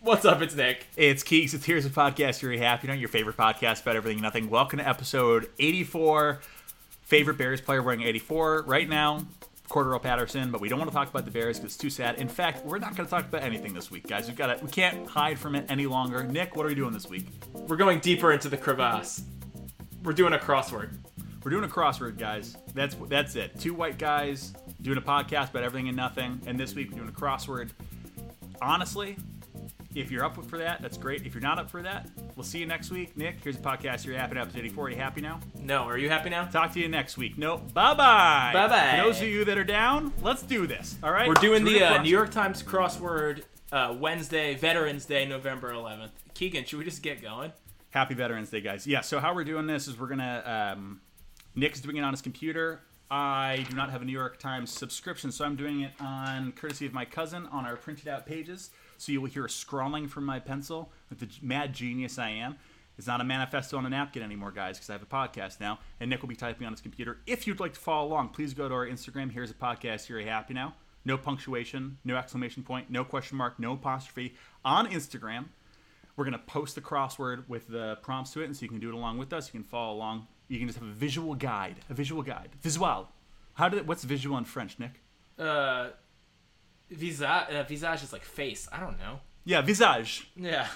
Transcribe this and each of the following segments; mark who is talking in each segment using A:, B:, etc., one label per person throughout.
A: What's up? It's Nick.
B: It's Keeks. It's Here's a Podcast You're Happy On, your favorite podcast about everything and nothing. Welcome to episode 84. Favorite Bears player wearing 84 right now, Cordero Patterson. But we don't want to talk about the Bears because it's too sad. In fact, we're not going to talk about anything this week, guys. We've got to, we can't hide from it any longer. Nick, what are we doing this week?
A: We're going deeper into the crevasse. We're doing a crossword.
B: We're doing a crossword, guys. That's that's it. Two white guys doing a podcast about everything and nothing. And this week we're doing a crossword. Honestly, if you're up for that, that's great. If you're not up for that, we'll see you next week. Nick, here's a podcast. You're happy now. Episode 84. Are you happy now?
A: No, are you happy now?
B: Talk to you next week. No, bye bye.
A: Bye-bye.
B: For those of you that are down, let's do this. All right.
A: We're doing
B: So
A: the
B: gonna
A: uh,
B: cross-
A: New York Times crossword uh, Wednesday, Veterans Day, November 11th. Keegan, should we just get going?
B: Happy Veterans Day, guys. Yeah. So how we're doing this is we're gonna um, Nick's doing it on his computer. I do not have a New York Times subscription, so I'm doing it on courtesy of my cousin on our printed out pages. So you will hear scrawling from my pencil with the g- mad genius I am. It's not a manifesto on a napkin anymore, guys, because I have a podcast now, and Nick will be typing on his computer. If you'd like to follow along, please go to our Instagram. Here's a podcast. You're happy now. No punctuation, no exclamation point, no question mark, no apostrophe on Instagram. We're gonna post the crossword with the prompts to it, and so you can do it along with us. You can follow along. You can just have a visual guide, a visual guide, visual. How did it, what's visual in French, Nick?
A: Uh, visage, uh, visage is like face. I don't know.
B: Yeah, visage.
A: Yeah,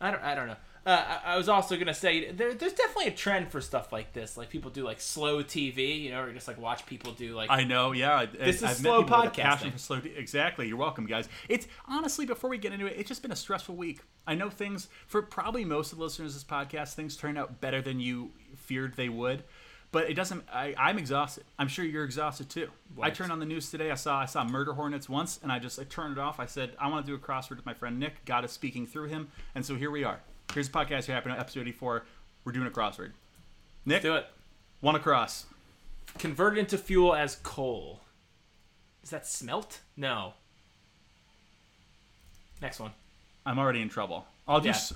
A: I don't. I don't know. Uh, I, I was also gonna say there, there's definitely a trend for stuff like this. Like people do like slow TV, you know, or just like watch people do like.
B: I know. Yeah, I,
A: This is
B: I've met
A: slow
B: people with a passion
A: podcasting.
B: for slow. Exactly. You're welcome, guys. It's honestly before we get into it, it's just been a stressful week. I know things for probably most of the listeners to this podcast, things turned out better than you feared they would. But it doesn't. I, I'm exhausted. I'm sure you're exhausted too. I
A: Right.
B: turned on the news today. I saw I saw murder hornets once, and I just I turned it off. I said I want to do a crossword with my friend Nick. God is speaking through him, and so here we are. Here's a podcast. You're happy now, episode 84. We're doing a crossword. Nick,
A: do it.
B: one across.
A: Converted into fuel as coal. Is that smelt? No. Next one.
B: I'm already in trouble. I'll
A: Yeah.
B: just.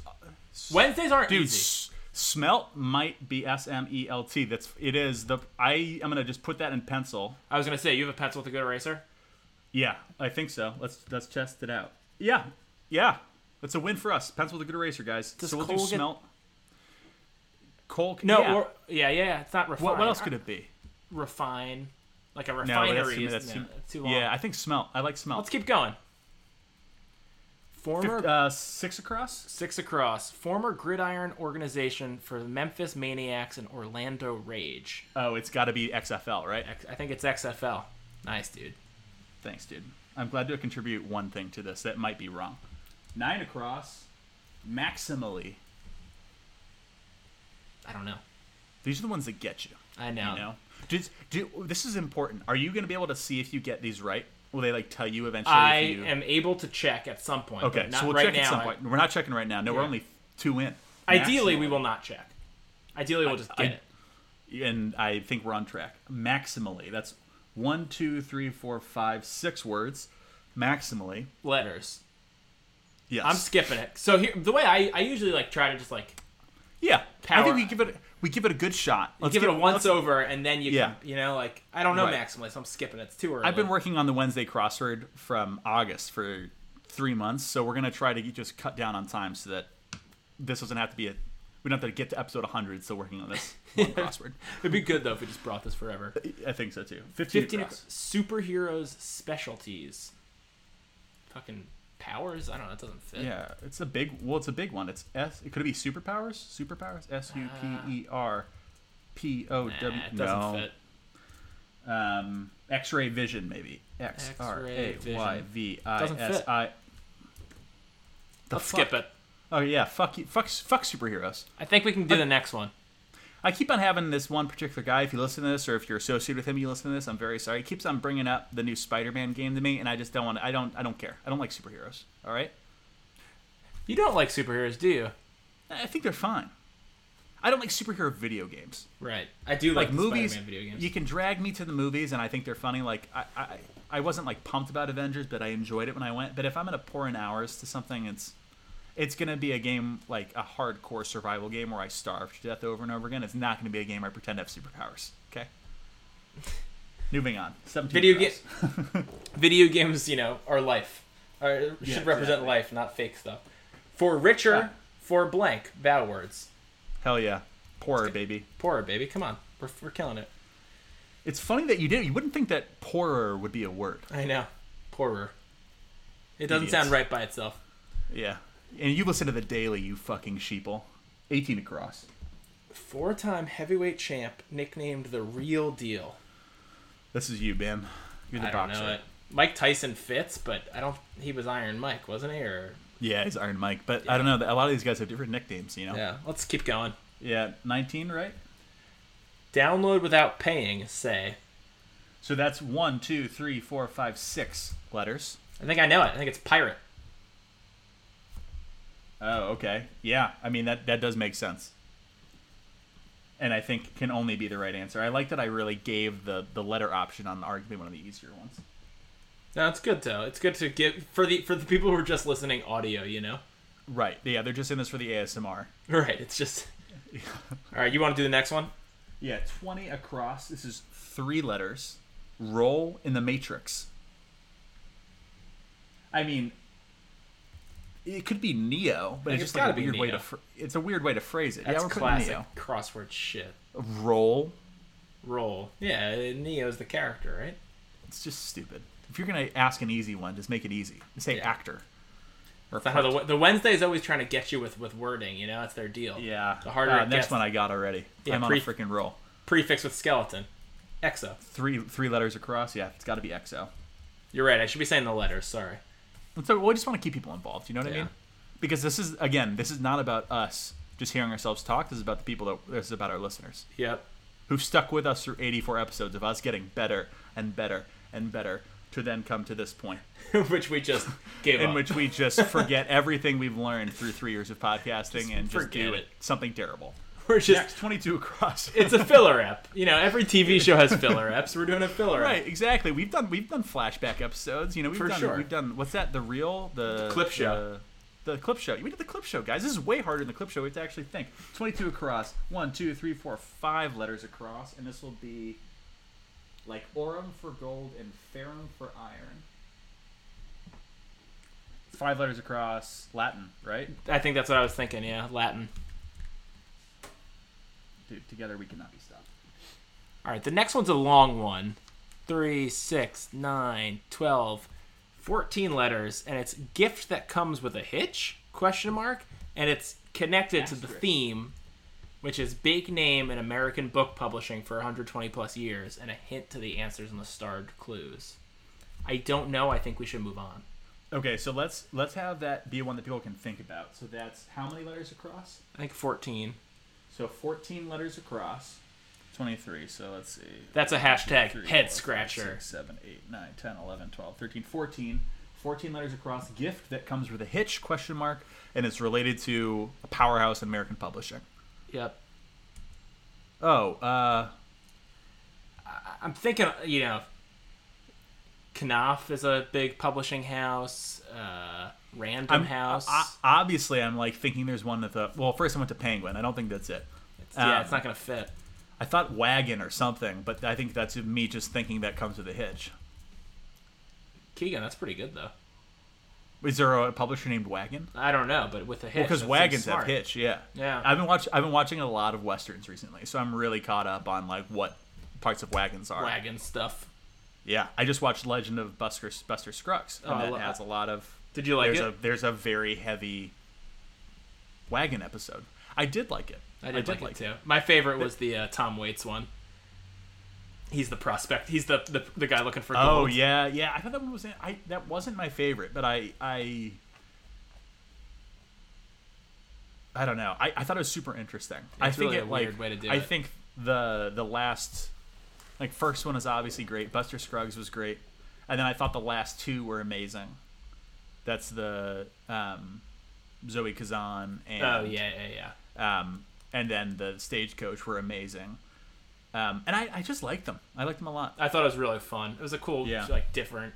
A: Wednesdays aren't
B: Dude,
A: easy.
B: s- smelt might be S M E L T. That's it is the I am gonna just put that in pencil.
A: I was gonna say you have a pencil with a good eraser.
B: Yeah, I think so. Let's let's test it out. Yeah, yeah, that's a win for us. Pencil with a good eraser, guys.
A: Does
B: so we'll do
A: coal get-
B: smelt. Coal.
A: No.
B: yeah.
A: Yeah. Or, yeah. Yeah. yeah, It's not refine.
B: what, what else could it be?
A: refine? Like a
B: No,
A: refinery
B: that's, too-
A: is
B: that's
A: no,
B: too,
A: too long.
B: Yeah, I think smelt. I like
A: Let's
B: smelt.
A: keep going. Former
B: Uh, six across.
A: Six across, former gridiron organization for the Memphis Maniacs and Orlando Rage.
B: Oh, it's got to be XFL, right?
A: X- I think it's XFL. Nice, dude.
B: Thanks, dude. I'm glad to contribute one thing to this that might be wrong. Nine across, maximally.
A: I don't know.
B: These are the ones that get you.
A: I know.
B: You know, Does- do, this is important. Are you going to be able to see if you get these right? Will they like tell you eventually?
A: I
B: if you...
A: am able to check at some point.
B: Okay,
A: but not
B: so we'll
A: right
B: check
A: now.
B: at some point. We're not checking right now. No, we're
A: Yeah.
B: only two in.
A: Ideally, we
B: Maximally.
A: will not check. Ideally, we'll just
B: I-
A: get it.
B: and I think we're on track. Maximally, that's one, two, three, four, five, six words. Maximally,
A: Letters.
B: yes.
A: I'm skipping it. So here, the way I, I usually like try to just like
B: yeah, I
A: Power.
B: think we give it we give it a good shot. Let's
A: give it a
B: let's-
A: once over, and then you
B: Yeah.
A: can, you know like I don't know
B: Right.
A: maximally, so I'm skipping it. It's too early.
B: I've been working on the Wednesday crossword from August for three months, so we're gonna try to get- just cut down on time so that this doesn't have to be a. We don't have to get to episode 100. Still working on this one crossword.
A: It'd be good though if we just brought this forever.
B: I think so too. 15,
A: 15
B: across.
A: superheroes specialties. Fucking powers? I don't know. That doesn't fit.
B: Yeah, it's a big. Well, it's a big one. It's S. It could be superpowers. Superpowers. S U P E R P
A: Uh,
B: O
A: Nah,
B: W.
A: it doesn't
B: No.
A: fit.
B: Um, X-ray vision maybe. X R A Y V I
A: Doesn't fit.
B: S I. The
A: Let's
B: fuck-
A: skip it.
B: Oh yeah, fuck you, fuck, fuck superheroes.
A: I think we can do the next one.
B: I keep on having this one particular guy. If you listen to this, or if you're associated with him, you listen to this. I'm very sorry. He keeps on bringing up the new Spider-Man game to me, and I just don't want. I don't. I don't care. I don't like superheroes. All right.
A: You don't like superheroes, do you?
B: I think they're fine. I don't like superhero video games.
A: Right. I do like,
B: Like
A: the
B: movies,
A: Spider-Man video games.
B: you can drag me to the movies, and I think they're funny. Like I, I, I wasn't like pumped about Avengers, but I enjoyed it when I went. But if I'm gonna pour in hours to something, it's, it's gonna be a game like a hardcore survival game where I starve to death over and over again. It's not gonna be a game I pretend to have superpowers. Okay. Moving on. 17
A: Video
B: across.
A: Video games, you know, are life. Or it should
B: Yeah,
A: represent
B: exactly.
A: life, not fake stuff. For richer,
B: Yeah.
A: for blank, bow words.
B: Hell yeah. Poorer, baby.
A: Poorer, baby. Come on. We're, we're killing it.
B: It's funny that you did. You wouldn't think that poorer would be a word.
A: I know. Poorer. It doesn't
B: Idiots.
A: sound right by itself.
B: Yeah. And you listen to the daily, you fucking sheeple. 18 across.
A: Four time heavyweight champ, nicknamed the real deal.
B: This is you, Ben. You're the
A: I don't
B: boxer.
A: know it. Mike Tyson fits, but I don't. He was Iron Mike, wasn't he? Or
B: Yeah, he's Iron Mike. But I don't know. A lot of these guys have different nicknames, you know?
A: yeah, let's keep going.
B: Yeah, 19, right?
A: Download without paying. Say,
B: So that's one, two, three, four, five, six letters.
A: I think I know it. I think it's pirate.
B: Oh, okay. Yeah, I mean that that does make sense. And I think can only be the right answer. I like that I really gave the the letter option on arguably one of the easier ones.
A: No, it's good though. It's good to give for the for the people who are just listening audio. You know,
B: Right. Yeah, they're just in this for the ASMR.
A: right? It's just. All right, you want to do the next one?
B: Yeah, 20 across. This is three letters. Roll in the matrix. I mean, it could be Neo, but
A: Like,
B: it's
A: it's
B: just like
A: gotta
B: a
A: be
B: weird way
A: Neo.
B: to fr- it's a weird way to phrase it.
A: That's
B: yeah, we're putting
A: classic
B: Neo.
A: crossword shit.
B: Roll.
A: Roll. Yeah, uh, Neo's the character, right?
B: It's just stupid. If you're gonna ask an easy one, just make it easy. Say
A: Yeah.
B: actor. Or
A: That's not how the the Wednesday's always trying to get you with with wording. You know, that's their deal.
B: yeah.
A: the harder
B: Uh,
A: it
B: next
A: gets.
B: one I got already.
A: Yeah,
B: I'm
A: pre-
B: on a freaking roll.
A: Prefix with skeleton. Exo.
B: Three three letters across. Yeah, it's got to be XO.
A: You're right. I should be saying the letters. Sorry.
B: And so we just want to keep people involved. You know what I
A: Yeah.
B: mean? Because this is again, this is not about us just hearing ourselves talk. This is about the people that this is about our listeners
A: Yep.
B: who've stuck with us through 84 episodes of us getting better and better and better to then come to this point
A: which we just gave
B: in
A: up.
B: which we just forget everything we've learned through three years of podcasting and just
A: forget
B: do
A: it.
B: something terrible.
A: We're just
B: Next 22 across.
A: it's a filler app. You know, every TV show has filler apps. We're doing a filler app.
B: right, exactly. We've done we've done flashback episodes. You know, we've
A: For
B: done
A: sure.
B: we've done what's that? The real the
A: Clip show.
B: The, the clip show. We did the clip show, guys. This is way harder than the clip show. We have to actually think. Twenty-two across. One, two, three, four, five letters across, and this will be like orum for gold and ferrum for iron. Five letters across. Latin, right?
A: I think that's what I was thinking. Yeah, Latin.
B: Dude, together we cannot be stopped.
A: All right, the next one's a long one. Three, six, nine, twelve, fourteen letters, and it's gift that comes with a hitch? Question mark. And it's connected to the
B: Asterisk.
A: theme, which is big name in American book publishing for 120 plus years, and a hint to the answers in the starred clues. I don't know. I think we should move on.
B: Okay, so let's let's have that be one that people can think about. So that's how many letters across?
A: I think 14.
B: So 14 letters across. 23. So let's see.
A: That's a hashtag
B: Three,
A: head
B: four, five,
A: scratcher.
B: six, seven, eight, nine, 10, 11, 12, 13, 14. 14 letters across. Gift that comes with a hitch question mark and it's related to a powerhouse in American publishing.
A: Yep.
B: Oh, uh
A: I'm thinking, you know, Knopf is a big publishing house, uh, Random
B: I'm,
A: House.
B: I- I- obviously I'm like thinking there's one that the well, first I went to Penguin. I don't think that's it.
A: It's- yeah,
B: um,
A: it's not going to fit.
B: I thought wagon or something, but I think that's me just thinking that comes with a hitch.
A: Keegan, that's pretty good, though.
B: Is there a publisher named Wagon?
A: I don't know, but with a hitch.
B: because
A: that seems
B: wagons have
A: smart.
B: hitch. Yeah,
A: Yeah.
B: I've been watch. I've been watching a lot of westerns recently, so I'm really caught up on like what parts of wagons are.
A: Wagon stuff.
B: Yeah, I just watched Legend of Buster Buster Scruggs, and
A: Oh, I
B: that
A: lo-
B: has a lot of.
A: Did you like
B: there's
A: it?
B: a there's a very heavy wagon episode. I did like it.
A: I did, like, it, too. My favorite was the uh, Tom Waits one. He's the prospect. He's the the, the guy looking for gold.
B: Oh yeah, yeah. I thought that one was. In, I that wasn't my favorite, but I I. I don't know. I, I thought it was super interesting. I
A: It's
B: think
A: really
B: it
A: a
B: like
A: weird way to do
B: I
A: it.
B: think the the last like first one is obviously great. Buster Scruggs was great, and then I thought the last two were amazing. That's the um, Zoe Kazan and
A: Oh, yeah, yeah, yeah.
B: um, and then the stagecoach were amazing. Um, and I, I just liked them. I liked them a lot.
A: I thought it was really fun. It was a cool,
B: Yeah.
A: like, different.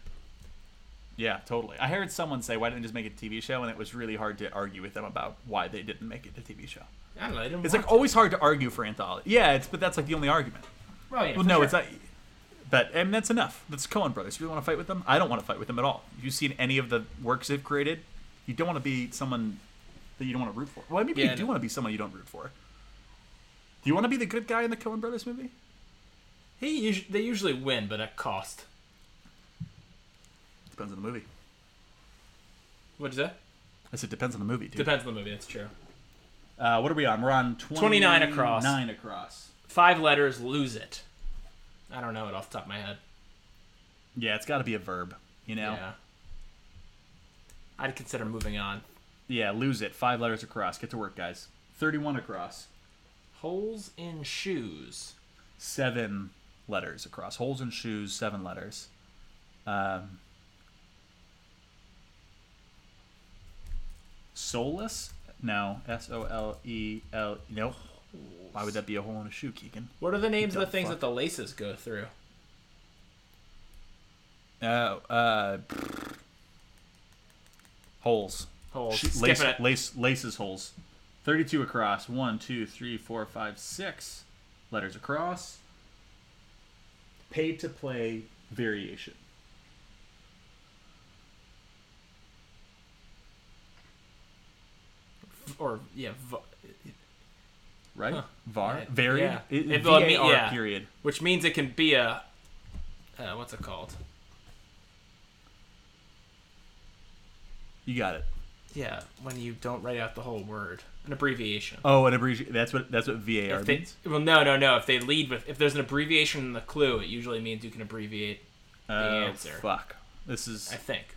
B: Yeah, totally. I heard someone say, "Why didn't they just make it a TV show?" and it was really hard to argue with them about why they didn't make it a TV show.
A: I don't know. They didn't
B: It's
A: want
B: like always hard to argue for anthology. Yeah, it's but that's like the only argument.
A: Oh, yeah,
B: Well,
A: for
B: no,
A: sure.
B: it's not. But and that's enough. That's Cohen brothers. You really want to fight with them? I don't want to fight with them at all. You've seen any of the works they've created. You don't want to be someone that you don't want to root for. Well, maybe
A: Yeah, I
B: you do
A: know.
B: want to be someone you don't root for. Do you want to be the good guy in the Cohen brothers movie?
A: He usu- they usually win, but at cost.
B: Depends on the movie.
A: What is that?
B: I said depends on the movie, dude.
A: Depends on the movie. That's true.
B: Uh, what are we on? We're on
A: 29 across.
B: Nine across.
A: Five letters. Lose it. I don't know it off the top of my head.
B: Yeah, it's got to be a verb. You know.
A: Yeah. I'd consider moving on.
B: Yeah, lose it. Five letters across. Get to work, guys. 31 across.
A: Holes in shoes.
B: Seven letters across. Holes in shoes, seven letters. Um, soulless? No. S O L E L. No. Why would that be a hole in a shoe, Keegan?
A: What are the names of the
B: dumb
A: things
B: fuck.
A: that the laces go through?
B: Oh, uh. Holes.
A: Holes.
B: Sh-
A: Skip
B: lace,
A: it.
B: lace, laces holes. 32 across. One, two, three, four, five, six letters across. Pay to play variation.
A: Or yeah, vo-
B: Right? Var?
A: Yeah.
B: Varied?
A: Yeah.
B: It-
A: It- well, I
B: VAR
A: mean, yeah.
B: period.
A: which means it can be a. Uh, what's it called?
B: You got it.
A: Yeah, when you don't write out the whole word, an abbreviation.
B: Oh, an abbreviation. That's what that's what VAR
A: If they,
B: means.
A: well, no, no, no. If they lead with, if there's an abbreviation in the clue, it usually means you can abbreviate.
B: oh,
A: answer.
B: fuck. This is
A: I think.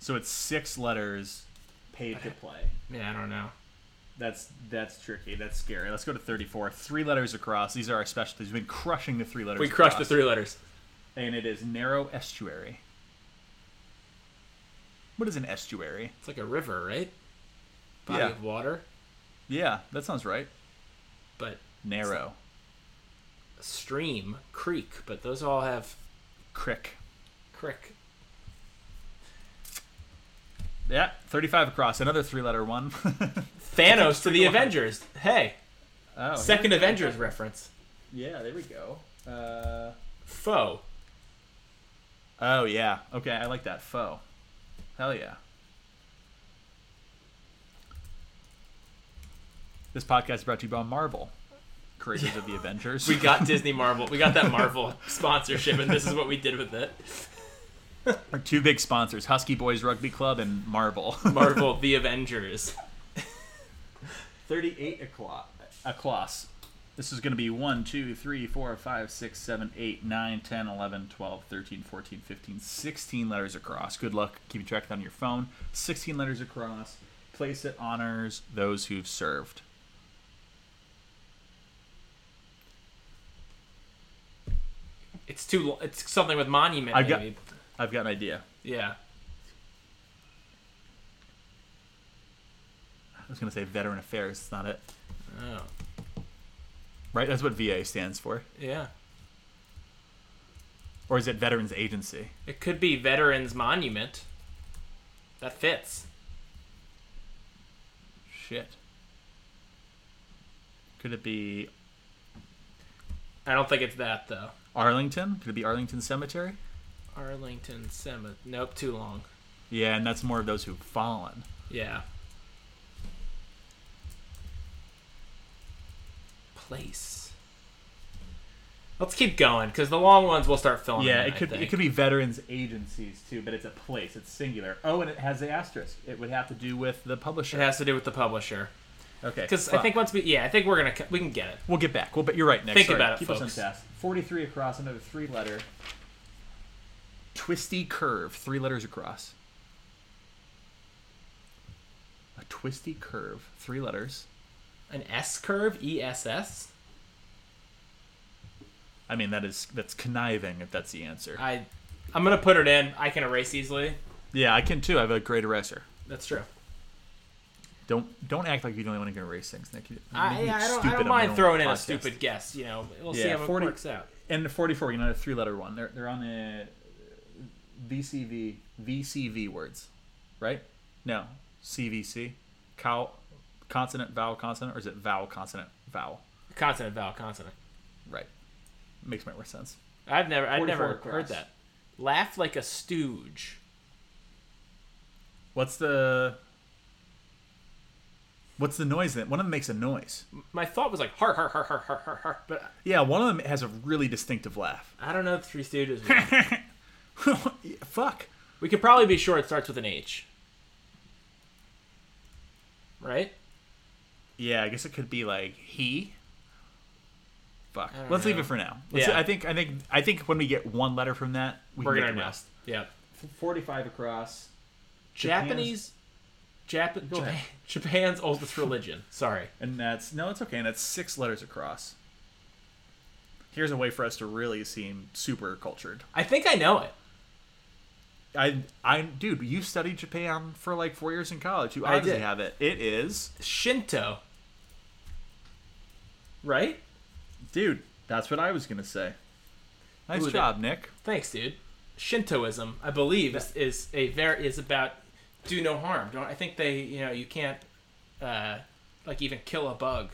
B: so it's six letters. Pay to play.
A: Yeah, I don't know.
B: That's that's tricky. That's scary. Let's go to 34. Three letters across. These are our specialties. We've been crushing the three letters.
A: We crushed the
B: across.
A: three letters.
B: and it is narrow estuary. What is an estuary?
A: It's like a river, right? Body
B: Yeah.
A: of water,
B: Yeah, that sounds right.
A: but
B: Narrow.
A: stream, creek, but those all have
B: Crick.
A: crick.
B: Yeah, 35 across. Another three letter one.
A: Thanos to the
B: Crick
A: Avengers. Hey,
B: oh,
A: second Avengers reference.
B: Yeah, there we go. Uh,
A: Foe.
B: oh, yeah. Okay, I like that. Foe. Hell yeah. This podcast is brought to you by Marvel, creators of the Avengers.
A: We got Disney Marvel. We got that Marvel sponsorship, and this is what we did with it.
B: Our two big sponsors Husky Boys Rugby Club and Marvel.
A: Marvel the Avengers.
B: 38 o'clock. Across. This is going to be 1, 2, 3, 4, 5, 6, 7, 8, 9, 10, 11, 12, 13, 14, 15, 16 letters across. Good luck keeping track of that on your phone. 16 letters across. Place it honors those who've served.
A: It's too. lo- It's something with monument.
B: I've got-
A: maybe.
B: I've got an idea.
A: Yeah.
B: I was going to say Veteran Affairs. It's not it.
A: Oh.
B: Right? That's what VA stands for.
A: Yeah.
B: Or is it Veterans Agency?
A: It could be Veterans Monument. That fits.
B: Shit. Could it be
A: I don't think it's that though.
B: Arlington? Could it be Arlington Cemetery?
A: Arlington Cemetery. Nope, too long.
B: Yeah, and that's more of those who've fallen.
A: Yeah. Place. Let's keep going because the long ones will start filling.
B: Yeah,
A: in,
B: it
A: I
B: could it
A: think.
B: could be veterans agencies too, but it's a place. It's singular. Oh, and it has the asterisk. It would have to do with the
A: It
B: publisher.
A: has to do with the publisher
B: okay,
A: because I
B: fuck.
A: think once we yeah I think we're gonna c- we can get it.
B: we'll get back. Well, but you're right. Next,
A: Think
B: Sorry.
A: about it,
B: Keep us on
A: folks.
B: task. Forty-three across, another three-letter. Twisty curve, three letters across. A twisty curve, three letters.
A: An S curve, E S S.
B: I mean, that is that's conniving if that's the answer.
A: I I'm gonna put it in. I can erase easily.
B: yeah, I can too. I have a great eraser.
A: That's true.
B: Don't don't act like you're the only one who can erase things, Nick. You- you
A: I,
B: look
A: I, don't,
B: stupid
A: I
B: on
A: don't
B: my
A: mind
B: own
A: throwing in a
B: podcast.
A: stupid guess. You know, we'll see
B: Yeah,
A: how
B: 40
A: it works out.
B: And the 44, you know, the three letter one. They're, they're on the VCV, VCV words, right? No, CVC. Cow, consonant, vowel, consonant, or is it vowel, consonant, vowel?
A: Consonant, vowel, consonant.
B: Right. Makes much more sense.
A: I've never, I've never
B: 44
A: heard
B: across.
A: that. Laugh like a stooge.
B: What's the What's the noise then? One of them makes a noise.
A: My thought was like har har har har har har har, but
B: Yeah, one of them has a really distinctive laugh.
A: I don't know the Three Stooges. one.
B: Fuck.
A: we could probably be sure it starts with an H. Right?
B: Yeah, I guess it could be like he. Fuck.
A: don't
B: Let's leave
A: know.
B: it for now. Let's,
A: Yeah.
B: I think I think I think when we get one letter from that, we
A: We're
B: can
A: gonna
B: get the
A: know.
B: rest.
A: Yeah.
B: Forty-five across.
A: Japanese, Japan,
B: Go ahead.
A: Japan- Japan's oldest religion. Sorry.
B: And that's no, it's okay. And that's six letters across. Here's a way for us to really seem super cultured.
A: I think I know it.
B: I, I, dude, you studied Japan for like four years in college. You
A: I
B: obviously
A: did.
B: have it. It is,
A: Shinto. Right?
B: dude. That's what I was gonna say. Nice
A: Ooh, that-
B: job, Nick.
A: Thanks, dude. Shintoism, I believe, is, is a very is about do no harm. Don't I think they you know you can't uh, like even kill a bug.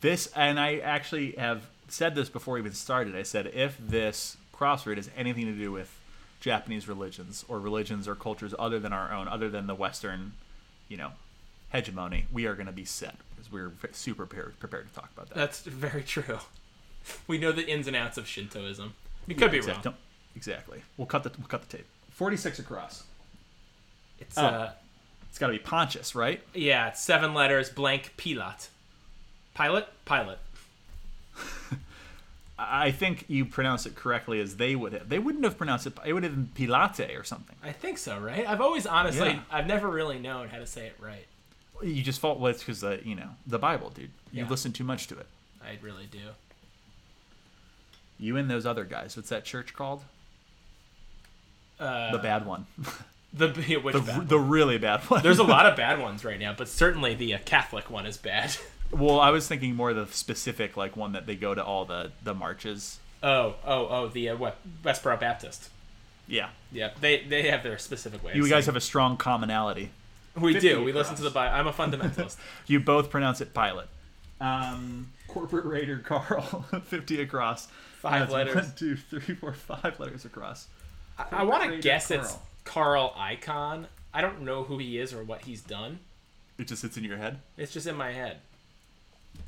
B: This, and I actually have said this before we even started. I said if this crossword has anything to do with Japanese religions or religions or cultures other than our own, other than the Western, you know, hegemony, we are going to be set because we're v- super prepared, prepared to talk about that.
A: That's very true. We know the ins and outs of Shintoism. You could be
B: Exact-
A: wrong.
B: don't- Exactly. We'll cut the we'll cut the tape. Forty-six across.
A: It's
B: Oh.
A: uh
B: It's got to be Pontius, right?
A: yeah, it's seven letters blank pilot. Pilot? Pilot.
B: I I think you pronounce it correctly as they would have. They wouldn't have pronounced it. It would have been Pilate or something.
A: I think so, right? I've always honestly
B: Yeah.
A: I've never really known how to say it right.
B: You just fault with because the you know the Bible, dude. You
A: Yeah.
B: listen too much to it.
A: I really do.
B: You and those other guys. What's that church called?
A: Uh,
B: the bad one.
A: The which
B: The,
A: bad one?
B: the really bad one.
A: There's a lot of bad ones right now, but certainly the uh, Catholic one is bad.
B: well, I was thinking more the specific like one that they go to all the the marches.
A: Oh, oh, oh, the uh, what, Westboro Baptist.
B: Yeah,
A: Yep, they they have their specific way. of
B: you guys
A: saying
B: have a strong commonality.
A: it. we do.
B: 50
A: We listen to the Bible. I'm a fundamentalist.
B: You both pronounce it pilot. Um, corporate raider Carl, fifty across.
A: Five
B: That's
A: letters.
B: One, two, three, four, five letters across.
A: I, I want to
B: Raider
A: guess it's Carl Icahn. I don't know who he is or what he's done.
B: It just sits in your head.
A: It's just in my head.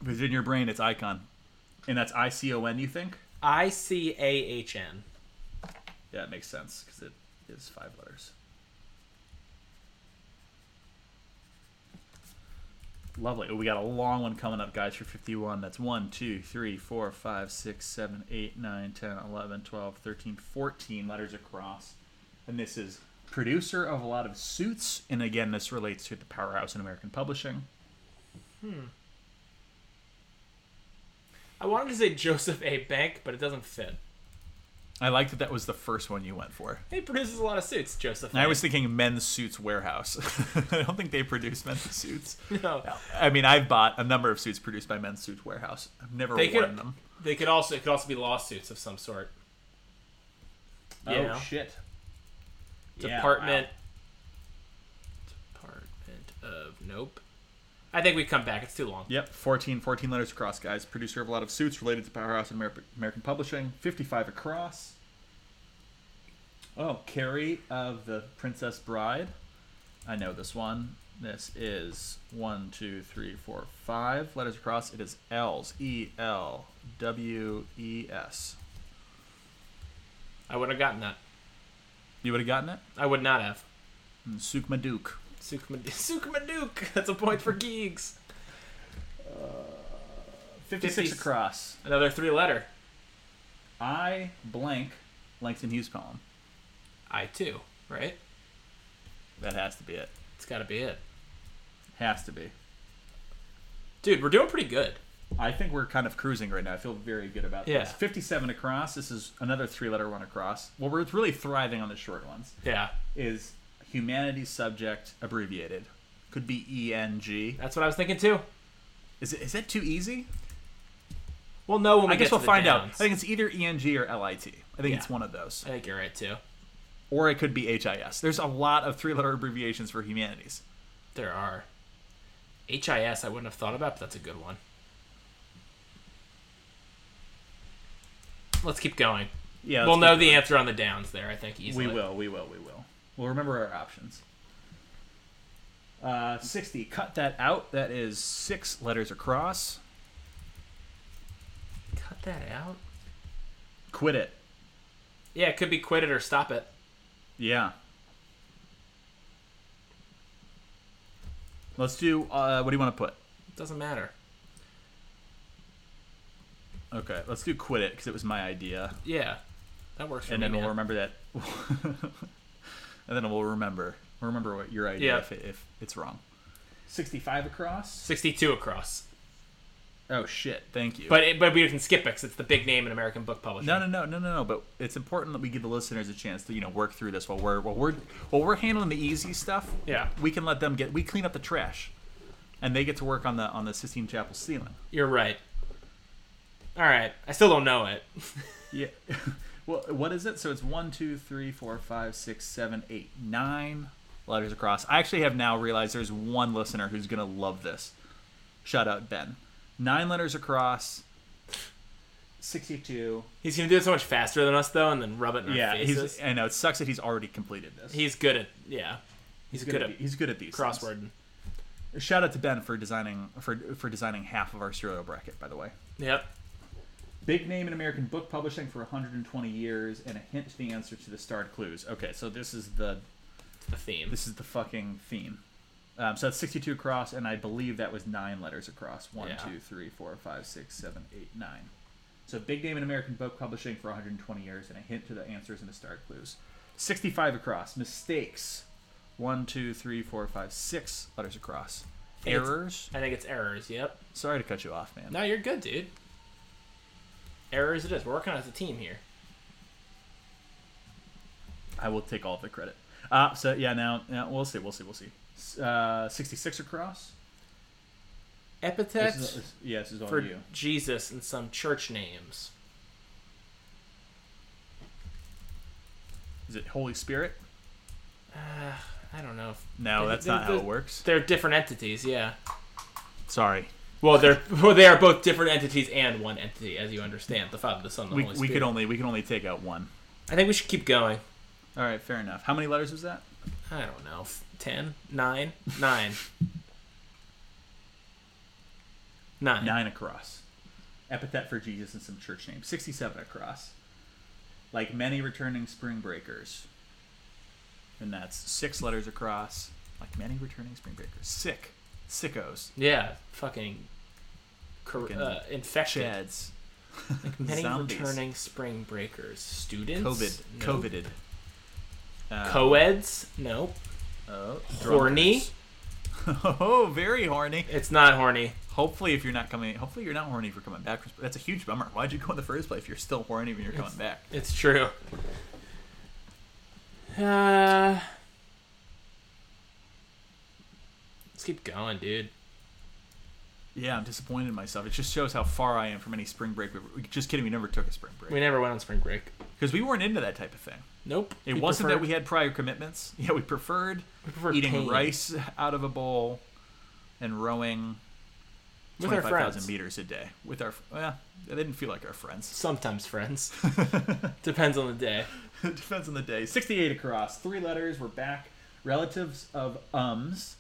B: If it's in your brain, it's icon, and that's I C O N. You think?
A: I C A H N.
B: Yeah, it makes sense because it is five letters. Lovely. We got a long one coming up, guys, for 51. That's 1, 2, 3, 4, 5, 6, 7, 8, 9, 10, 11, 12, 13, 14 letters across. And this is producer of a lot of suits. And again, this relates to the powerhouse in American publishing.
A: I wanted to say Joseph A. Bank, but it doesn't fit.
B: I like that that was the first one you went for.
A: He produces a lot of suits, Joseph.
B: And I
A: A.
B: was thinking men's suits warehouse. I don't think they produce men's suits.
A: No.
B: I mean, I've bought a number of suits produced by Men's Suit Warehouse. I've never
A: They
B: worn
A: could-
B: them.
A: They could also it could also be lawsuits of some sort. You know?
B: Oh, shit! Yeah,
A: Department. Department of Nope. I think we come back. It's too long.
B: Yep, 14, 14 letters across, guys. Producer of a lot of suits related to Powerhouse and Amer- American Publishing. Fifty-five across. Oh, Carrie of the Princess Bride. I know this one. This is one, two, three, four, five letters across. It is L's E L W E S.
A: I would have gotten that.
B: You would have gotten it.
A: I would not have.
B: And Sukma Duke.
A: Sukma Sukma Duke. That's a point for geeks.
B: 56
A: 50s.
B: across.
A: Another three letter.
B: I blank Langston Hughes poem.
A: I too. Right.
B: That has to be it.
A: It's got to be it,
B: Has to be.
A: dude. We're doing pretty good.
B: I think we're kind of cruising right now. I feel very good about
A: Yeah.
B: this. 57 across. This is another three letter one across. Well, we're really thriving on the short ones.
A: Yeah.
B: Is humanities subject abbreviated? Could be ENG.
A: That's what I was thinking too.
B: Is it, is that too easy?
A: We'll know when we
B: I guess
A: get to
B: we'll
A: the
B: find out. I
A: downs.
B: think it's either ENG or LIT. I think it's
A: Yeah.
B: one of those.
A: I think you're right too.
B: Or it could be HIS. There's a lot of three letter abbreviations for humanities.
A: There are. HIS. I wouldn't have thought about, but that's a good one. Let's keep going.
B: Yeah.
A: We'll
B: let's
A: know
B: keep
A: the
B: going.
A: answer on the downs there, I think, easily.
B: We will. We will. We will. We'll remember our options. Uh, 60. Cut that out. That is six letters across.
A: Cut that out.
B: Quit it.
A: Yeah, it could be quit it or stop it.
B: Yeah. Let's do. Uh, what do you want to put?
A: Doesn't matter.
B: Okay, let's do quit it because it was my idea,
A: Yeah. That works for
B: and
A: me.
B: then we'll
A: man.
B: remember that. and then we'll remember. Remember what your idea
A: Yeah.
B: if, it, if it's wrong. 65 across?
A: 62 across.
B: Oh, shit. Thank you.
A: But it, but we can skip it 'cause it's the big name in American book publishing.
B: No, no, no, no, no, no. But it's important that we give the listeners a chance to you know work through this while we're while we're while we're handling the easy stuff.
A: Yeah.
B: we can let them get we clean up the trash, and they get to work on the on the Sistine Chapel ceiling.
A: You're right. All right. I still don't know it.
B: Yeah. well, what is it? So it's one, two, three, four, five, six, seven, eight, nine letters across. I actually have now realized there's one listener who's gonna love this. Shout out Ben. Nine letters across. Sixty-two.
A: He's going to do it so much faster than us, though, and then rub it in
B: Yeah,
A: our faces.
B: he's,
A: He's,
B: I know it sucks that he's already completed this.
A: good at, yeah. He's,
B: good, at, he's good at these things.
A: crossword.
B: Shout out to Ben for designing for for designing half of our serial bracket, by the way.
A: Yep.
B: Big name in American book publishing for 120 years, and a hint to the answer to the starred clues. Okay, so this is the
A: It's the theme.
B: this is the fucking theme. Um, so that's 62 across, and I believe that was nine letters across. One,
A: Yeah.
B: two, three, four, five, six, seven, eight, nine. So big name in American book publishing for 120 years, and a hint to the answers and the starred clues. 65 across. Mistakes. One, two, three, four, five, six letters across.
A: think it's-
B: Errors.
A: I think it's errors. Yep.
B: Sorry to cut you off, man.
A: No, you're good, dude. Errors it is. We're working as a team here.
B: I will take all the credit. Uh, so yeah, now, now we'll see, we'll see, we'll see. S- Uh, Sixty-six across. This is-
A: Epithets
B: this- yeah, this is on
A: for
B: you.
A: Jesus and some church names.
B: Is it Holy Spirit?
A: I don't know. If,
B: No,
A: Th-
B: that's
A: th-
B: not how it
A: th-
B: works.
A: they're different entities, yeah.
B: Sorry,
A: Well, they're well, they are both different entities and one entity, as you understand. The Father, the Son, the
B: we,
A: Holy
B: we
A: Spirit.
B: could only we can only take out one.
A: I think we should keep going.
B: All right, fair enough. How many letters was that?
A: I don't know. f- Ten? Nine? Nine. Nine.
B: Nine across. Epithet for Jesus and some church names. Sixty-seven across. Like many returning spring breakers. And that's six letters across. Like many returning spring breakers. Sick, sickos,
A: Yeah, fucking, cor-
B: Fucking
A: uh, infected.
B: chads.
A: Many
B: Zombies.
A: returning spring breakers. Students?
B: COVID,
A: Nope.
B: coveted. Uh,
A: Coeds? Nope.
B: oh,
A: Horny?
B: drunkers. Oh, very horny.
A: It's not horny.
B: Hopefully, if you're not coming, hopefully you're not horny for coming back. from sp- That's a huge bummer. Why'd you go in the first place if you're still horny when you're coming back?
A: It's true. Uh, let's keep going, dude.
B: Yeah, I'm disappointed in myself. It just shows how far I am from any spring break. We- we- Just kidding. We never took a spring
A: We
B: break
A: never went on spring break.
B: because we weren't into that type of thing.
A: Nope.
B: It
A: We
B: wasn't that
A: preferred-
B: we had prior commitments. Yeah, we preferred
A: we preferred
B: eating
A: pain
B: rice out of a bowl and rowing
A: with our friends.
B: 25,000 meters a day with our. Well, they didn't feel like our friends.
A: Sometimes friends. Depends on the day.
B: It depends on the day. 68 across. Three letters. We're back. Relatives of ums.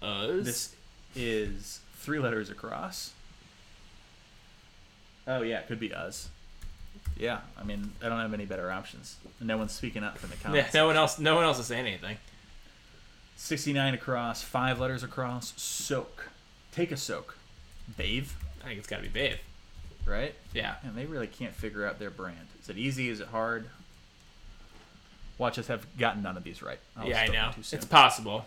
A: Us.
B: This is three letters across. Oh, yeah. It could be us. Yeah. I mean, I don't have any better options. No one's speaking up in the
A: yeah,
B: comments.
A: no one else. No one else is saying anything.
B: 69 across. Five letters across. Soak. Take a soak. Bathe.
A: I think it's got to be Babe.
B: Right?
A: Yeah.
B: And they really can't figure out their brand. Is it easy? Is it hard? Watch us have gotten none of these right. was
A: yeah, I
B: talking
A: know.
B: too soon.
A: It's possible.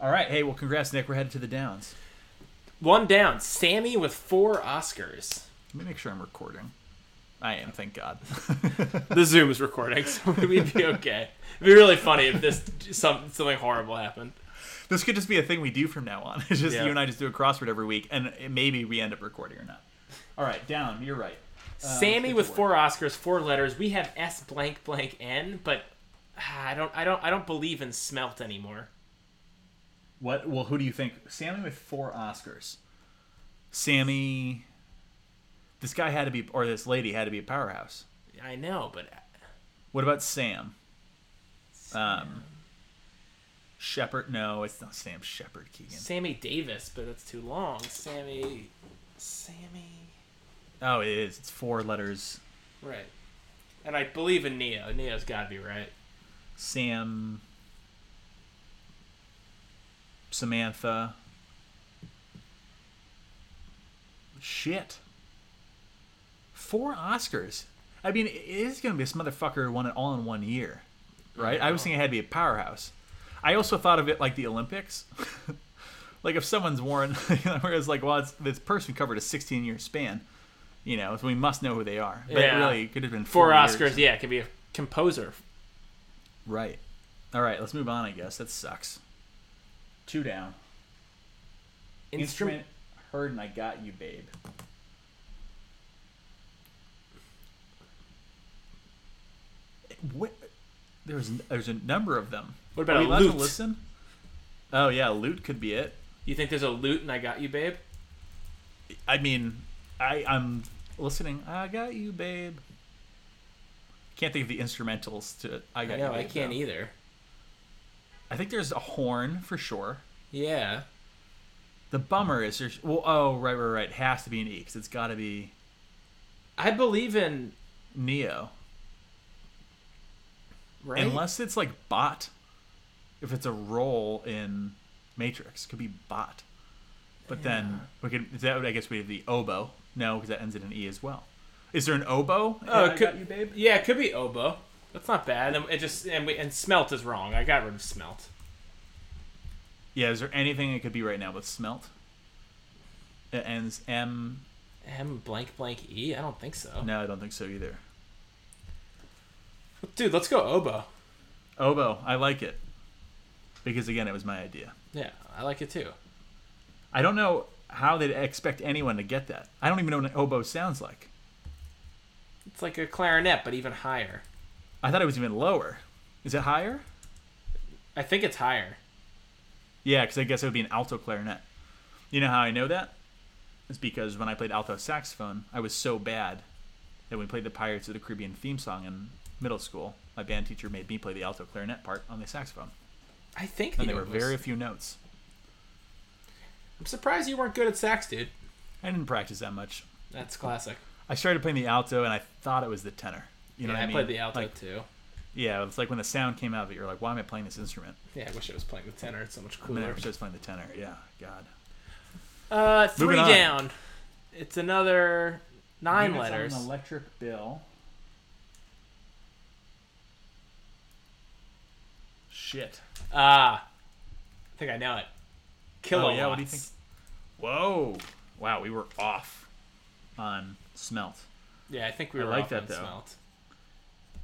B: All right. Hey, well, congrats, Nick. We're headed to the downs.
A: One down. Sammy with four Oscars.
B: Let me make sure I'm recording. I am, thank God.
A: The Zoom's recording, so we'd be okay. It'd be really funny if this some, something horrible happened.
B: Uh, this could just be a thing we do from now on. It's just
A: Yeah.
B: you and I just do a crossword every week, and it- maybe we end up recording or not. All right, down. You're right. Uh,
A: Sammy
B: let's
A: with
B: get to
A: four
B: work.
A: Oscars, four letters. We have S blank blank N, but ah, I don't I don't I don't believe in smelt anymore.
B: What? Well, who do you think? Sammy with four Oscars. Sammy. This guy had to be, or this lady had to be a powerhouse.
A: I know, but
B: What about Sam? Um, Shepherd? No, it's not Sam Shepherd Keegan.
A: Sammy Davis, but that's too long. Sammy, Sammy,
B: Oh, it is. It's four letters.
A: right? And I believe in Neo. Neo's got to be right.
B: Sam. Samantha. Shit. Four Oscars. I mean, it is going to be this motherfucker who won it all in one year, right? I was thinking it had to be a powerhouse. I also thought of it like the Olympics. like if someone's worn, where it's like, well, it's, this person covered a 16 year span, you know, so we must know who they are. But
A: Yeah.
B: really, it could have been
A: Four
B: years.
A: Oscars, yeah, it could be a composer.
B: Right. All right, let's move on, I guess. That sucks. Two down. Instrument heard and I got you, babe. What? There's there's a number of them.
A: What
B: Are
A: about
B: we
A: a
B: allowed to
A: lute?
B: listen? Oh yeah, loot could be it.
A: You think there's a lute and I got you, babe?
B: I mean, I I'm listening. I got you, babe. Can't think of the instrumentals to I got
A: No,
B: you.
A: I
B: Babe,
A: can't
B: though.
A: either.
B: I think there's a horn for sure.
A: Yeah.
B: The bummer is there's well oh right right right has to be an E because it's got to be
A: I believe in
B: Neo
A: right.
B: unless it's like Bot. If it's a role in Matrix, could be Bot. But then we could is that I guess we have the oboe. No, because that ends in an E as well. Is there an oboe?
A: Oh,
B: Yeah, I
A: it could-
B: got you, babe.
A: yeah, it could be oboe. That's not bad. And it just and we, and smelt is wrong. I got rid of smelt.
B: Yeah. Is there anything it could be right now with smelt? It ends M.
A: M blank blank E. I don't think so.
B: No, I don't think so either.
A: Dude, let's go oboe.
B: Oboe. I like it because again, it was my idea.
A: Yeah, I like it too.
B: I don't know how they'd expect anyone to get that. I don't even know what an oboe sounds like.
A: It's like a clarinet, but even higher.
B: I thought it was even lower. Is it higher?
A: I think it's higher.
B: Yeah, because I guess it would be an alto clarinet. You know how I know that? It's because when I played alto saxophone, I was so bad that when we played the Pirates of the Caribbean theme song in middle school, my band teacher made me play the alto clarinet part on the saxophone.
A: I think
B: And
A: the
B: there were
A: oboe's-
B: very few notes.
A: I'm surprised you weren't good at sax, dude.
B: I didn't practice that much.
A: That's classic.
B: I started playing the alto and I thought it was the tenor. You know
A: yeah,
B: what
A: I,
B: I mean?
A: played the alto
B: Like,
A: too.
B: yeah, it's like when the sound came out of it, you're like, why am I playing this instrument?
A: Yeah, I wish I was playing the tenor. It's so much
B: I mean, I
A: cooler.
B: was just playing the tenor. Yeah, God.
A: Uh, three
B: Moving on.
A: down. It's another nine
B: Units on
A: letters.
B: an electric bill. Shit.
A: Ah, I think I know it.
B: Oh,
A: Kilowatts.
B: yeah, what do you think? Whoa. Wow, we were off on smelt.
A: Yeah, I think we
B: I
A: were
B: like
A: off
B: that,
A: on
B: though.
A: smelt.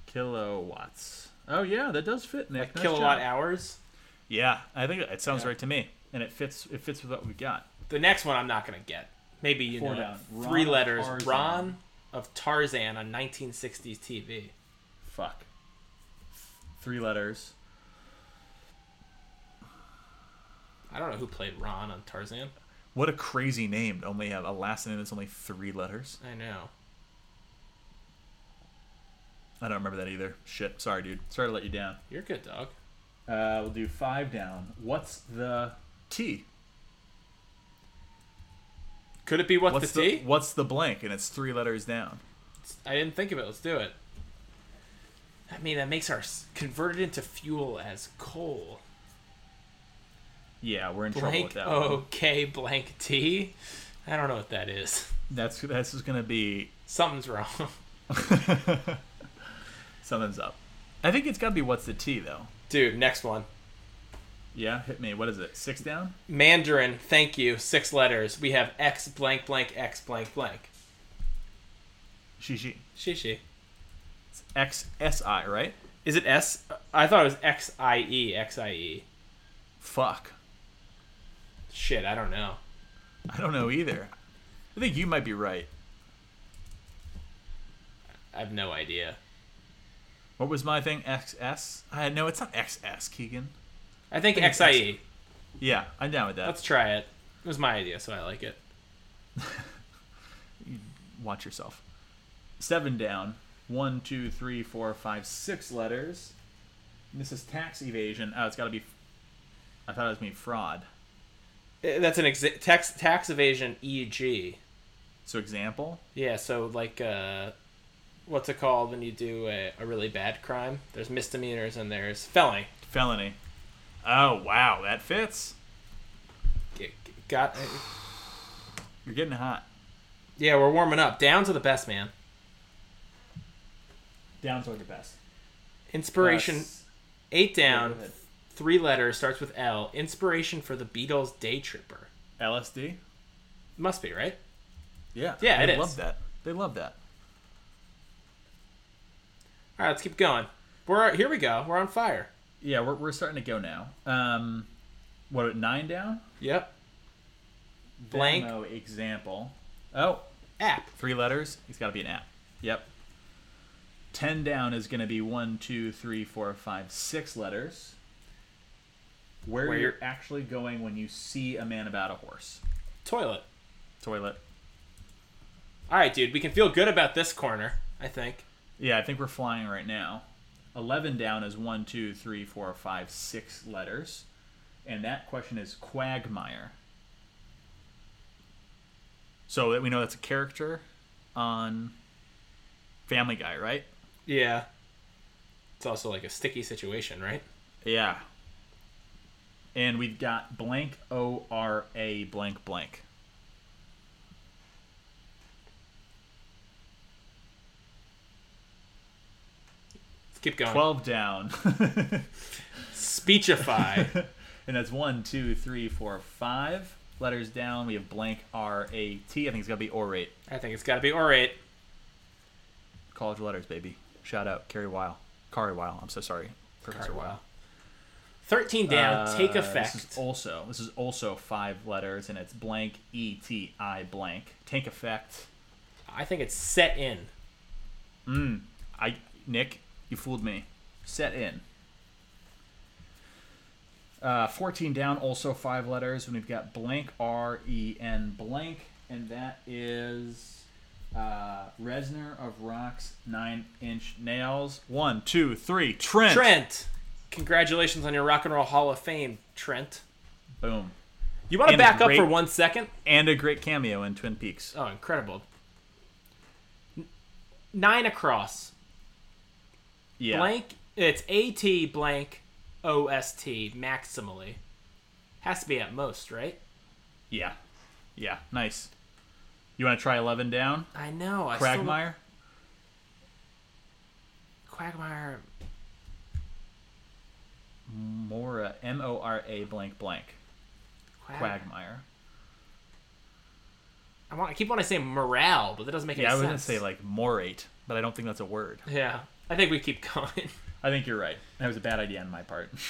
B: Kilowatts. Oh yeah, that does fit, Nick. Nice
A: Kilowatt
B: job.
A: hours.
B: Yeah, I think it sounds
A: Yeah.
B: right to me, and it fits. It fits with what we got.
A: The next one I'm not gonna get. Maybe you
B: Four
A: know. it.
B: down. Ron
A: Three
B: of
A: letters.
B: Tarzan.
A: Ron of Tarzan on 1960s TV.
B: Fuck. Three letters.
A: I don't know who played Ron on Tarzan.
B: What a crazy name to only have a last name that's only three letters.
A: I know.
B: I don't remember that either. Shit. Sorry, dude. Sorry to let you down.
A: You're good, dog.
B: Uh, we'll do five down. What's the T?
A: Could it be what's,
B: What's
A: the
B: the,
A: T?
B: what's the blank? And it's three letters down.
A: I didn't think of it. Let's do it. I mean, that makes our s- converted into fuel as coal.
B: Yeah, we're in trouble with
A: Blank Oh.
B: that. one.
A: OK blank T. I don't know what that is.
B: That's that's just gonna be
A: Something's wrong.
B: something's up. I think it's gotta be what's the T though.
A: Dude, next one.
B: Yeah, hit me. What is it? Six down.
A: Mandarin, thank you. Six letters. We have X blank blank X blank blank.
B: Shishi.
A: Shishi.
B: It's X S I right?
A: Is it S? I thought it was X I E X I E.
B: Fuck.
A: Shit, I don't know.
B: I don't know either. I think you might be right.
A: I have no idea.
B: What was my thing? X S? I no, it's not X S. Keegan.
A: I think
B: think it's
A: X I E.
B: Yeah, I'm down with that.
A: Let's try it. It was my idea, so I like it.
B: Watch yourself. Seven down. one, two, three, four, five, six letters. And this is tax evasion. Oh, it's got to be. I thought it was gonna be fraud.
A: Uh, That's an exa- tax tax evasion EG.
B: So example.
A: Yeah, so like, uh, what's it called when you do a, a really bad crime? There's misdemeanors and there's felony.
B: Felony. Oh wow, that fits.
A: G- g- Got eh,
B: You're getting hot.
A: yeah, we're warming up. Down to the best, man.
B: Down toward the best.
A: Inspiration
B: Yes.
A: eight
B: Yeah,
A: down,
B: go ahead.
A: three letters starts with L. Inspiration for the Beatles' Day Tripper.
B: LSD.
A: Must be right.
B: Yeah.
A: Yeah, it
B: they
A: is.
B: love that. They love that.
A: All right, let's keep going. We're here. We go. We're on fire.
B: Yeah, we're, we're starting to go now. Um, what nine down?
A: Yep. Blank.
B: Demo example. Oh,
A: App.
B: Three letters. It's got to be an app. Yep. Ten down is going to be one, two, three, four, five, six letters. Where,
A: Where
B: you're
A: you're-
B: actually going when you see a man about a horse.
A: Toilet.
B: Toilet.
A: All right, dude. We can feel good about this corner. I think.
B: Yeah, I think we're flying right now. Eleven down is one, two, three, four, five, six letters, and that question is quagmire. So that we know that's a character on Family Guy, right?
A: Yeah. It's also like a sticky situation, right?
B: Yeah. And we've got blank O R A blank blank.
A: Let's keep going.
B: Twelve down.
A: Speechify.
B: and that's one, two, three, four, five letters down. We have blank R A T. I think it's gotta be orate.
A: I think it's got to be orate.
B: College letters, baby. Shout out, Carrie Weil. Carrie Weil. I'm so sorry, Professor Weil.
A: Thirteen down.
B: Uh,
A: take
B: This
A: effect.
B: is also this is also five letters, and it's blank E T I blank. Take effect.
A: I think it's set in.
B: I Nick, you fooled me. Set in. Uh, 14 down, also five letters, and we've got blank R E N blank, and that is uh, Resner of Rock's nine inch nails. One, two, three, Trent.
A: Trent. Congratulations on your Rock and Roll Hall of Fame, Trent.
B: Boom.
A: You want to
B: And a
A: back up
B: great-
A: for one second?
B: And a great cameo in Twin Peaks.
A: Oh, incredible. N- Nine across.
B: Yeah.
A: Blank. It's AT blank OST maximally. Has to be at most, right?
B: Yeah. Yeah. Nice. You want to try 11 down?
A: I know. I still-
B: Quagmire?
A: Quagmire.
B: Mora. M O R A blank blank.
A: Quag-
B: Quagmire.
A: I want. I keep wanting to say morale, but that doesn't make
B: Yeah, I
A: any
B: was
A: sense.
B: gonna say like morate, but I don't think that's a word.
A: Yeah, I think we keep going.
B: I think you're right. That was a bad idea on my part.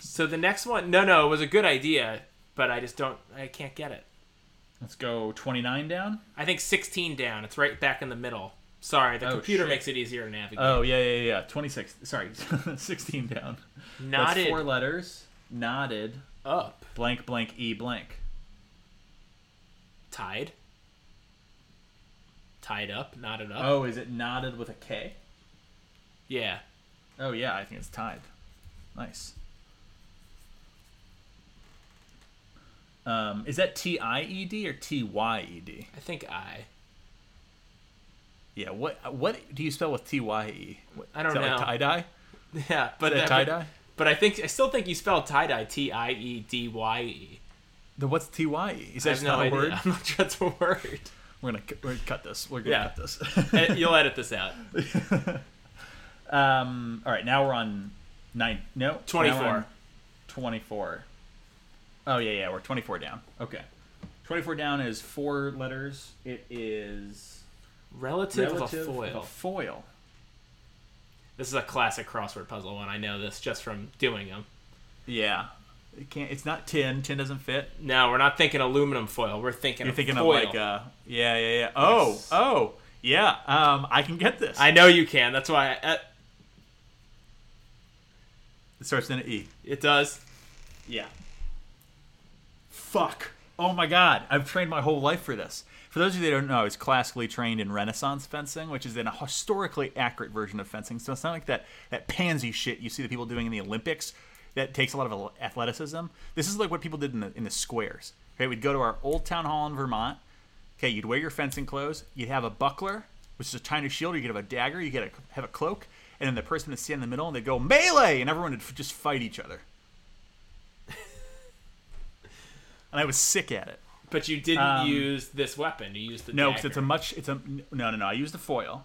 A: So the next one, no, no, it was a good idea, but I just don't, I can't get it.
B: Let's go 29 down.
A: I think 16 down. It's right back in the middle. Sorry, the
B: Oh,
A: computer
B: shit.
A: makes it easier to navigate.
B: Oh yeah, yeah, yeah. 26. Sorry, 16 down. That's
A: Knotted
B: four letters. Knotted.
A: up,
B: Blank blank e blank.
A: tied, tied up, knotted up.
B: Oh, is it knotted with a K?
A: Yeah,
B: Oh yeah, I think it's tied. Nice. Um, is that T I E D or T Y E D?
A: I think I.
B: Yeah. What what do you spell with T Y E?
A: I don't
B: is that
A: know.
B: Like tie dye.
A: Yeah, but that-
B: That tie dye.
A: But I think I still think you spell tie dye T I E D Y E.
B: The what's TYE? Is
A: I
B: that
A: have
B: just
A: no
B: not a
A: idea.
B: word?
A: I'm not sure that's a word.
B: We're gonna cu- we're gonna cut this. We're gonna
A: Yeah.
B: cut this.
A: Eh, You'll edit this out.
B: um. All right. Now we're on nine. No.
A: 24.
B: Twenty four. Oh yeah, yeah. We're twenty four down. Okay. Twenty four down is four letters. It is
A: Relative, of
B: relative
A: a foil.
B: of a foil.
A: This is a classic crossword puzzle one. I know this just from doing them.
B: Yeah. It can't. It's not tin. Tin doesn't fit.
A: No, we're not thinking aluminum foil. We're thinking
B: You're
A: of
B: thinking
A: foil.
B: of like uh. Yeah, yeah, yeah. Oh,
A: Yes.
B: oh, yeah. Um, I can get this.
A: I know you can. That's why I, uh,
B: it starts in an E.
A: it does.
B: Yeah. Fuck. Oh my God, I've trained my whole life for this. For those of you that don't know, I was classically trained in Renaissance fencing, which is a historically accurate version of fencing. So it's not like that, that pansy shit you see the people doing in the Olympics that takes a lot of athleticism. This is like what people did in the, in the squares. Okay, we'd go to our old town hall in Vermont. Okay, you'd wear your fencing clothes. You'd have a buckler, which is a tiny shield. You could have a dagger. You could have a- have a cloak. And then the person would stand in the middle and they'd go melee, and everyone would f- just fight each other. and I was sick at it.
A: But you didn't use this weapon. You used the
B: Um, No, because
A: dagger.
B: it's a much. It's a no, no, no. I used the foil,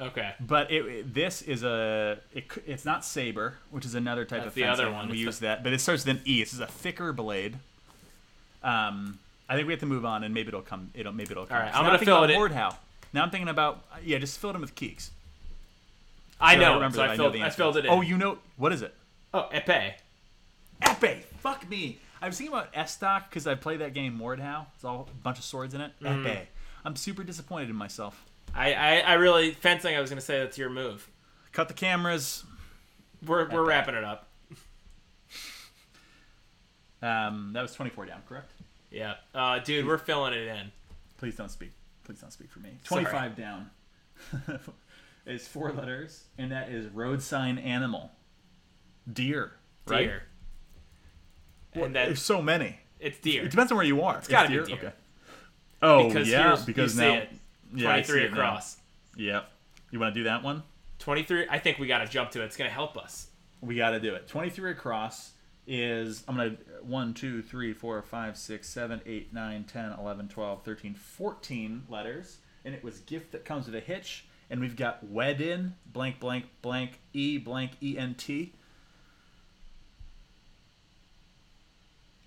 A: okay.
B: but it, it- this is a. It, c- it's not saber, which is another type
A: That's
B: of
A: the
B: fencing.
A: other one.
B: We
A: It's
B: use that, but it starts with an e. This is a thicker blade. Um, I think we have to move on, and maybe it'll come. It'll maybe it'll come.
A: right,
B: So
A: I'm
B: now
A: gonna
B: thinking
A: fill
B: about
A: it in-
B: Lord Howe. Now I'm thinking about yeah, just fill it in with keeks.
A: I
B: So
A: know.
B: remember
A: so
B: that
A: I filled.
B: know the
A: I
B: answer.
A: filled it in.
B: Oh, you know what is it?
A: Oh, epee.
B: Epe. Fuck me. I was thinking about Estoc because I played that game Mordhau. It's all a bunch of swords in it.
A: Mm-hmm.
B: Epe. I'm super disappointed in myself.
A: I, I, I really fencing. I was gonna say that's your move.
B: Cut the cameras.
A: We're we're wrapping it up.
B: Um, that was 24 down, correct?
A: Yeah, uh, dude, we're filling it in.
B: Please don't speak. Please don't speak for me.
A: Sorry.
B: 25 down is four letters, and that is road sign animal. Deer. Right?
A: Deer. And then
B: There's so many.
A: it's deer.
B: It depends on where you are. It's
A: gotta be deer.
B: Oh,
A: Because
B: yeah,
A: here's-
B: because
A: you see
B: now.
A: it.
B: Yeah, I see
A: 23
B: it now.
A: across.
B: Yep. You want to do that one?
A: 23. I think we got to jump to it. It's going to help us.
B: We got to do it. 23 across is I'm going to 1 two, three, four, five, six, seven, eight, nine, 10 11 12 13 14 letters and it was gift that comes with a hitch and we've got wed in blank blank blank e blank e n t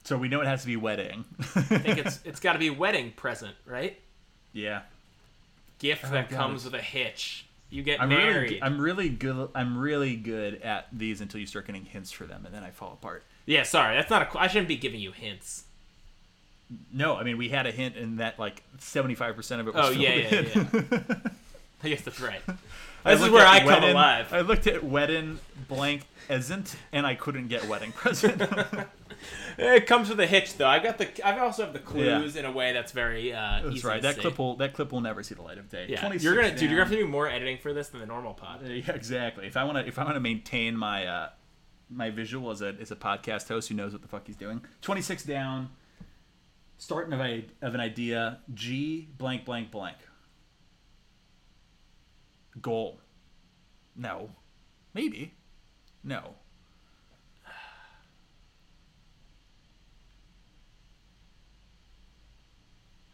B: So we know it has to be wedding.
A: I think it's it's got to be wedding present, right?
B: yeah.
A: Gift that
B: Oh, God.
A: comes with a hitch. You get
B: I'm
A: married.
B: really I'm really good I'm really good at these until you start getting hints for them and then I fall apart.
A: yeah, sorry. That's not a qu- I shouldn't be giving you hints.
B: No, I mean we had a hint in that like seventy five percent of it was.
A: Oh, yeah,
B: filled
A: yeah,
B: in.
A: I guess that's right.
B: I
A: This is
B: looked
A: where
B: at
A: I come
B: Wedden-
A: alive.
B: I looked at wedding blank isn't, and I couldn't get wedding present.
A: It comes with a hitch though. I've got the I also have the
B: Yeah.
A: clues in a way that's very uh
B: That's
A: easy
B: right.
A: to
B: That
A: see.
B: clip will that clip will never see the light of day.
A: Yeah.
B: 26
A: You're going to dude,
B: down.
A: you're going to have to do more editing for this than the normal pod.
B: Yeah, exactly. If I want to, if I want to maintain my uh, my visual as a as a podcast host who knows what the fuck he's doing, twenty six down, starting of a of an idea. G blank blank blank. Goal. No. Maybe. No.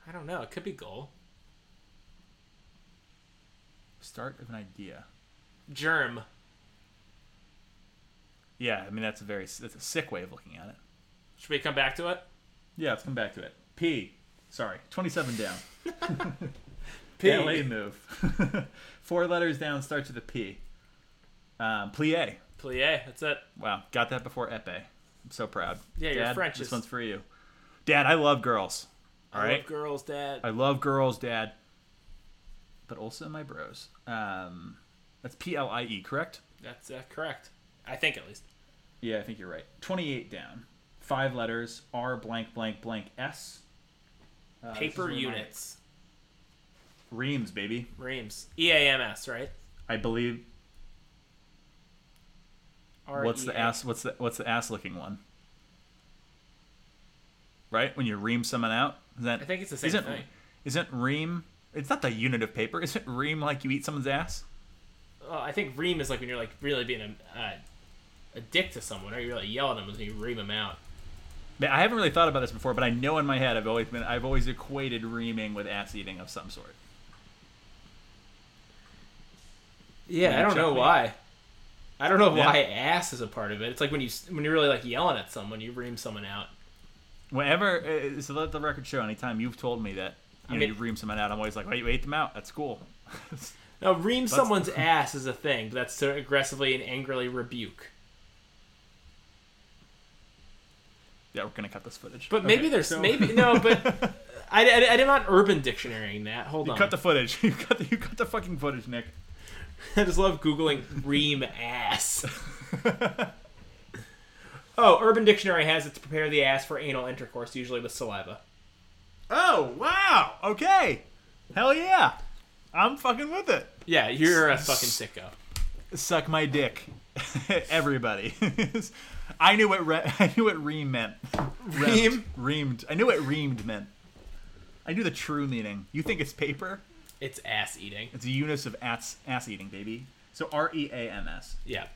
A: I don't know. It could be goal.
B: Start of an idea.
A: Germ.
B: Yeah, I mean that's a very that's a sick way of looking at it.
A: Should we come back to it?
B: Yeah, let's come back to it. P. Sorry, twenty seven down.
A: P.
B: LA move. Four letters down starts with a P. Um, plie.
A: Plie. That's it.
B: Wow, got that before Epe. I'm so proud.
A: Yeah, your
B: Dad,
A: French
B: This
A: is-
B: one's for you. Dad, I love girls. All
A: I
B: right,
A: love girls, dad.
B: I love girls, Dad. But also my bros. Um, that's P L I E, correct?
A: That's uh, correct. I think at least.
B: Yeah, I think you're right. 28 down. Five letters. R blank blank blank S. Uh, this is
A: Paper
B: where my-
A: units.
B: Reams, baby.
A: Reams. E A M S, right?
B: I believe.
A: R
B: What's
A: E
B: the
A: A-
B: ass? What's the what's the ass looking one? Right when you ream someone out, is that?
A: I think it's the same
B: isn't,
A: thing.
B: Isn't ream? It's not the unit of paper. Isn't ream like you eat someone's ass?
A: Oh, I think ream is like when you're like really being a, uh, a dick to someone, or you really yell at them when you ream them out.
B: Man, I haven't really thought about this before, but I know in my head I've always been I've always equated reaming with ass eating of some sort.
A: Yeah,
B: I don't know
A: why. I don't know
B: Yeah.
A: why ass is a part of it. It's like when you s- when you're really like yelling at someone, you ream someone out.
B: Whenever, uh, so let the record show. Anytime you've told me that you know
A: mean-
B: you ream someone out, I'm always like, "Wait, you ate them out? That's cool."
A: Now, ream someone's ass is a thing, but that's to aggressively and angrily rebuke.
B: yeah, we're gonna cut this footage.
A: But maybe
B: Okay,
A: there's
B: so-
A: maybe no, but I, I, I did not urban dictionarying that. Hold
B: you
A: on,
B: cut the footage. You cut the, you cut the fucking footage, Nick.
A: I just love googling ream ass. oh, Urban Dictionary has it to prepare the ass for anal intercourse, usually with saliva.
B: Oh wow! Okay, hell yeah! I'm fucking with it.
A: Yeah, you're a fucking sicko.
B: Suck my dick, everybody. I knew what re- I knew what ream meant.
A: Ream?
B: Reamed. reamed. I knew what reamed meant. I knew the true meaning. You think it's paper?
A: It's ass eating.
B: It's a unit of ass ass eating, baby. So R E A M S.
A: Yeah.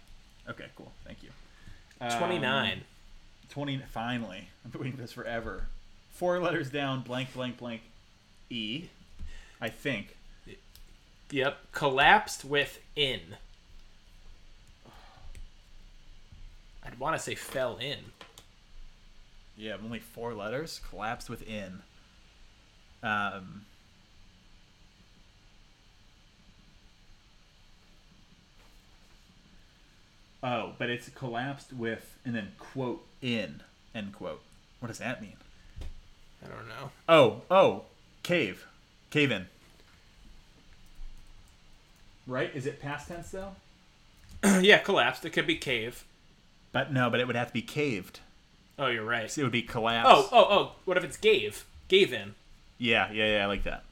B: Okay, cool. Thank you. Um,
A: 29.
B: 20 finally i've been waiting for this forever four letters down blank blank blank e i think
A: yep. Collapsed with in. I'd want to say fell in.
B: yeah only four letters collapsed within um oh but it's collapsed with and then quote in end quote what does that mean
A: I don't know.
B: Oh, oh, cave, cave in. Right? Is it past tense though?
A: yeah, collapsed. It could be cave.
B: But no, but it would have to be caved.
A: Oh, you're right.
B: So it would be collapse.
A: Oh, oh, oh. What if it's gave? Gave in.
B: yeah, yeah, yeah. I like that.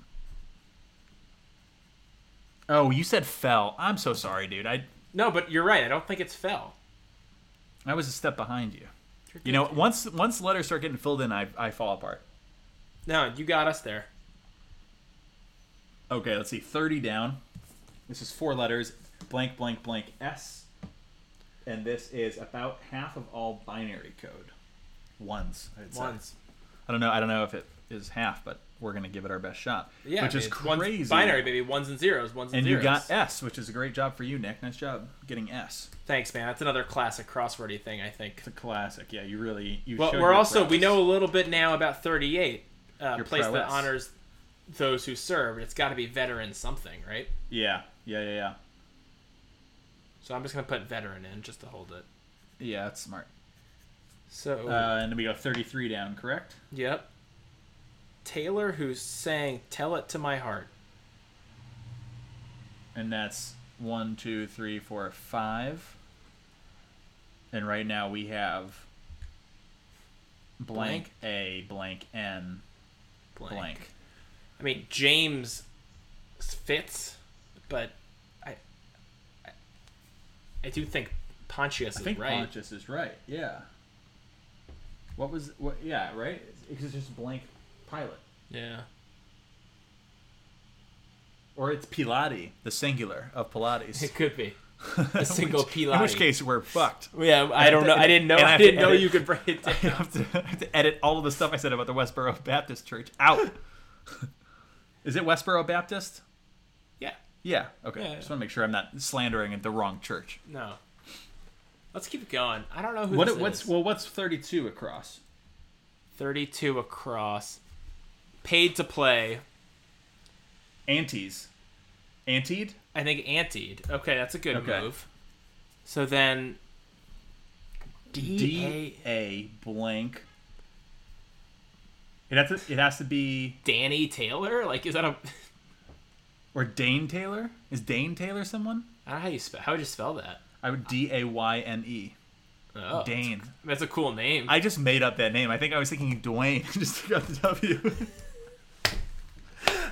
B: Oh, you said fell. I'm so sorry, dude. I
A: No, but you're right. I don't think it's fell.
B: I was a step behind you. You know, once once letters start getting filled in, I I fall apart.
A: No, you got us there.
B: Okay, let's see. Thirty down. This is four letters. Blank, blank, blank. S. And this is about half of all binary code. Ones. I'd say.
A: Ones.
B: I don't know. I don't know if it is half, but we're gonna give it our best shot.
A: Yeah,
B: which
A: I
B: is
A: mean, one's
B: crazy.
A: binary, baby. Ones and zeros. Ones and,
B: And you
A: zeros.
B: got S, which is a great job for you, Nick. Nice job getting S.
A: Thanks, man. That's another classic crosswordy thing, I think.
B: It's a classic. Yeah, you really. You
A: Well,
B: showed
A: we're
B: your
A: also we
B: prowess.
A: know a little bit now about 38, uh,
B: Your
A: place that
B: prowess.
A: honors those who served. It's got to be veteran something, right?
B: Yeah, yeah, yeah, yeah.
A: So I'm just gonna put veteran in just to hold it.
B: Yeah, that's smart.
A: So
B: Uh, and then we go thirty-three down, correct?
A: yep, Taylor who sang "Tell It to My Heart."
B: And that's one, two, three, four, five. And right now we have blank, A, blank N,
A: Blank.
B: blank.
A: I mean James fits, but I I, I do think Pontius
B: I
A: is
B: think
A: right.
B: Pontius is right. Yeah. What was what? Yeah, right. Because it's just blank pilot,
A: Yeah.
B: or it's Pilati, the singular of Pilates.
A: It could be a single
B: which,
A: Pilati.
B: In which case, we're fucked.
A: yeah, I don't know. I didn't know.
B: And I
A: I
B: have to
A: didn't know
B: edit-
A: you could break it
B: I
A: down.
B: have to, I have to edit all of the stuff I said about the Westboro Baptist Church out. is it Westboro Baptist?
A: Yeah.
B: Yeah. Okay.
A: Yeah, yeah.
B: Just want to make sure I'm not slandering the wrong church.
A: No. Let's keep going. I don't know who
B: What?
A: this
B: What's
A: is.
B: well? What's 32 across?
A: 32 across. Paid to play.
B: Antes. Antied.
A: I think antied. Okay, that's a good
B: Okay.
A: move. So then D,
B: D A blank. It has to. It has to be
A: Danny Taylor? Like is that a
B: or Dane Taylor. Is Dane Taylor someone?
A: I don't know how you spell how would you spell that?
B: I would D A Y N E.
A: Oh.
B: Dane.
A: That's a cool name.
B: I just made up that name. I think I was thinking Dwayne. just took out the W.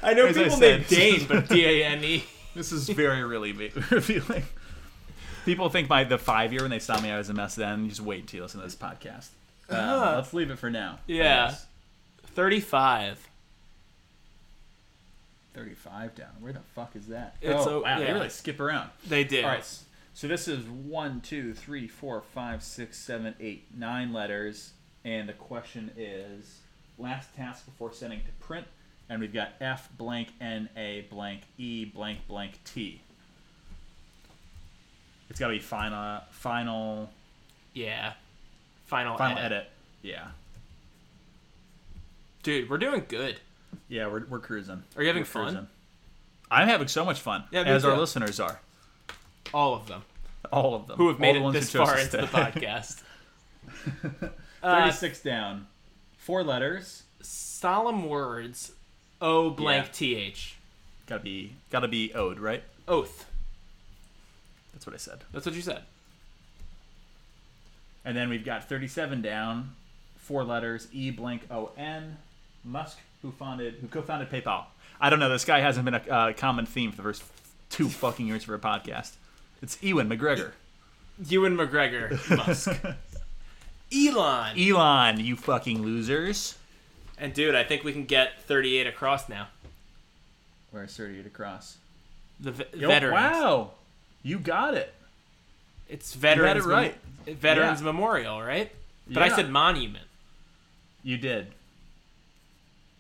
A: I know
B: as I
A: people named
B: said.
A: Dane, but D A N E.
B: this is very really me- revealing. People think by the five year when they saw me, I was a mess. Then just wait until you listen to this podcast. Um, Let's leave it for now. I
A: Uh-huh. Yeah.
B: guess.
A: Thirty five.
B: 35 down. Where the fuck is that?
A: It's
B: oh,
A: o-
B: wow. They
A: yeah.
B: really skip around.
A: They did.
B: All right. s- So this is one, two, three, four, five, six, seven, eight, nine letters. And the question is last task before sending to print. And we've got F blank N A blank E blank blank T. It's got to be final, final,
A: Yeah. Final,
B: final
A: edit.
B: edit. Yeah.
A: Dude, we're doing good.
B: Yeah, we're, we're cruising.
A: Are you having
B: We're
A: fun?
B: cruising. I'm having so much fun,
A: Yeah, me
B: as our
A: too.
B: listeners are.
A: All of them.
B: All of them.
A: Who have
B: All
A: made
B: the
A: it
B: ones who
A: this
B: chose
A: far
B: to
A: into the
B: stay.
A: podcast. Uh,
B: 36 down. Four letters.
A: solemn words o blank
B: Yeah.
A: th
B: Gotta be gotta be owed, right?
A: oath
B: That's what I said.
A: that's what you said
B: And then we've got 37 down. Four letters. E blank O N. Musk, who founded, who co-founded PayPal. I don't know. This guy hasn't been a uh, common theme for the first two fucking years of our podcast. It's Ewan McGregor.
A: Ewan McGregor, Musk,
B: E-
A: Elon,
B: Elon, you fucking losers.
A: and dude, I think we can get 38 across now.
B: Where's 38 across?
A: The ve-
B: Yo,
A: veterans.
B: Wow. You got it.
A: It's veterans.
B: it right.
A: Mem- veterans
B: Yeah.
A: Memorial, right? But I
B: Yeah.
A: said monument.
B: You did.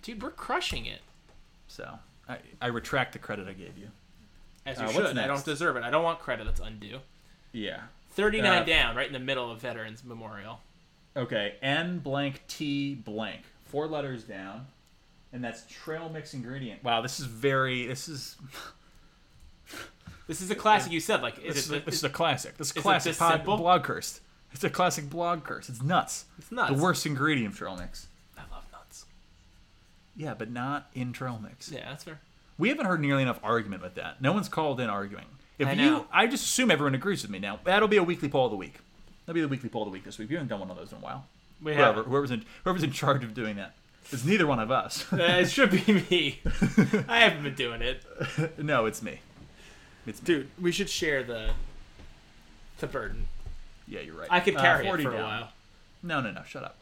A: Dude, we're crushing it.
B: So I, I retract the credit I gave you.
A: As you
B: Uh, what's
A: should. I
B: next?
A: don't deserve it. I don't want credit that's undue.
B: Yeah.
A: 39
B: Uh,
A: down, right in the middle of Veterans Memorial.
B: Okay. N blank T blank. Four letters down. And that's trail mix ingredient. Wow, this is very. This is
A: This is a classic you said. Like,
B: this
A: is
B: is,
A: it,
B: a, this is a classic. This is a
A: it
B: classic
A: this
B: pod,
A: simple?
B: blog curse. It's a classic blog curse. It's nuts.
A: it's nuts.
B: The worst ingredient of trail mix.
A: I love nuts.
B: Yeah, but not in trail mix.
A: Yeah, that's fair.
B: We haven't heard nearly enough argument with that. No one's called in arguing. If
A: I
B: you,
A: know.
B: I just assume everyone agrees with me now. That'll be a weekly poll of the week. That'll be the weekly poll of the week this week. We haven't done one of those in a while.
A: We
B: Whoever,
A: have.
B: whoever's in, whoever's in charge of doing that, it's neither one of us.
A: Uh, it should be me. I haven't been doing it.
B: no, it's me. It's me.
A: Dude, we should share the the burden.
B: Yeah, you're right.
A: I could
B: Uh,
A: carry it
B: 40
A: for a
B: down.
A: while.
B: No, no, no. Shut up.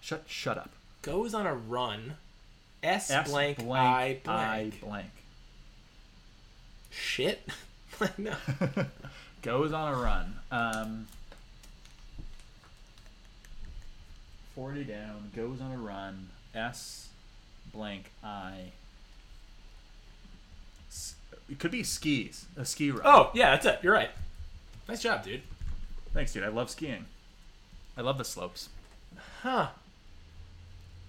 B: Shut, shut up.
A: Goes on a run. S,
B: S
A: blank, I
B: blank,
A: blank.
B: I blank.
A: Shit. Like, no.
B: Goes on a run. Um, Forty down. Goes on a run. S blank I. S- It could be skis. A ski run.
A: Oh, yeah, that's it. You're right. Nice job, dude.
B: thanks, dude. I love skiing. I love the slopes.
A: Huh.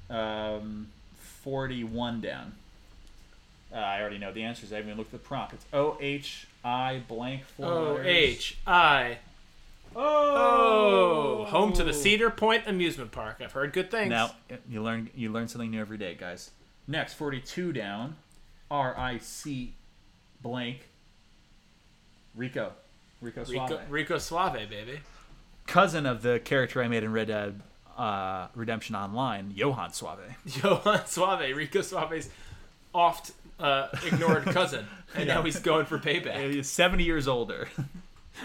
B: Um, forty-one down. Uh, I already know the answers. I haven't even looked at the prompt. It's O H I blank four
A: O
B: letters.
A: H I Oh.
B: Oh,
A: O. Home to the Cedar Point Amusement Park. I've heard good things.
B: Now you learn you learn something new every day, guys. Next, forty-two down, R I C, blank. Rico, Rico Suave,
A: Rico, Rico Suave, baby.
B: cousin of the character I made in Red Dead uh, Redemption Online, Johan Suave.
A: Johan Suave, Rico Suave's oft uh, ignored cousin, and now he's going for payback.
B: He's seventy years older.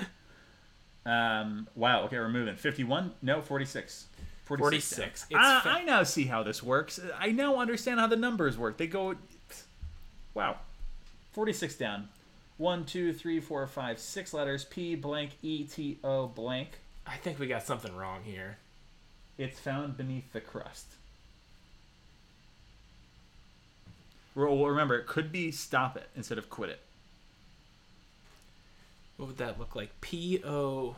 B: um. Wow. Okay, we're moving. Fifty-one. No, forty-six.
A: 46. It's
B: I,
A: fa-
B: I now see how this works. I now understand how the numbers work. They go. Wow. 46 down. One, two, three, four, five, six letters. P blank E T O blank.
A: I think we got something wrong here.
B: It's found beneath the crust. Re- Well, remember, it could be stop it instead of quit it.
A: What would that look like? P O.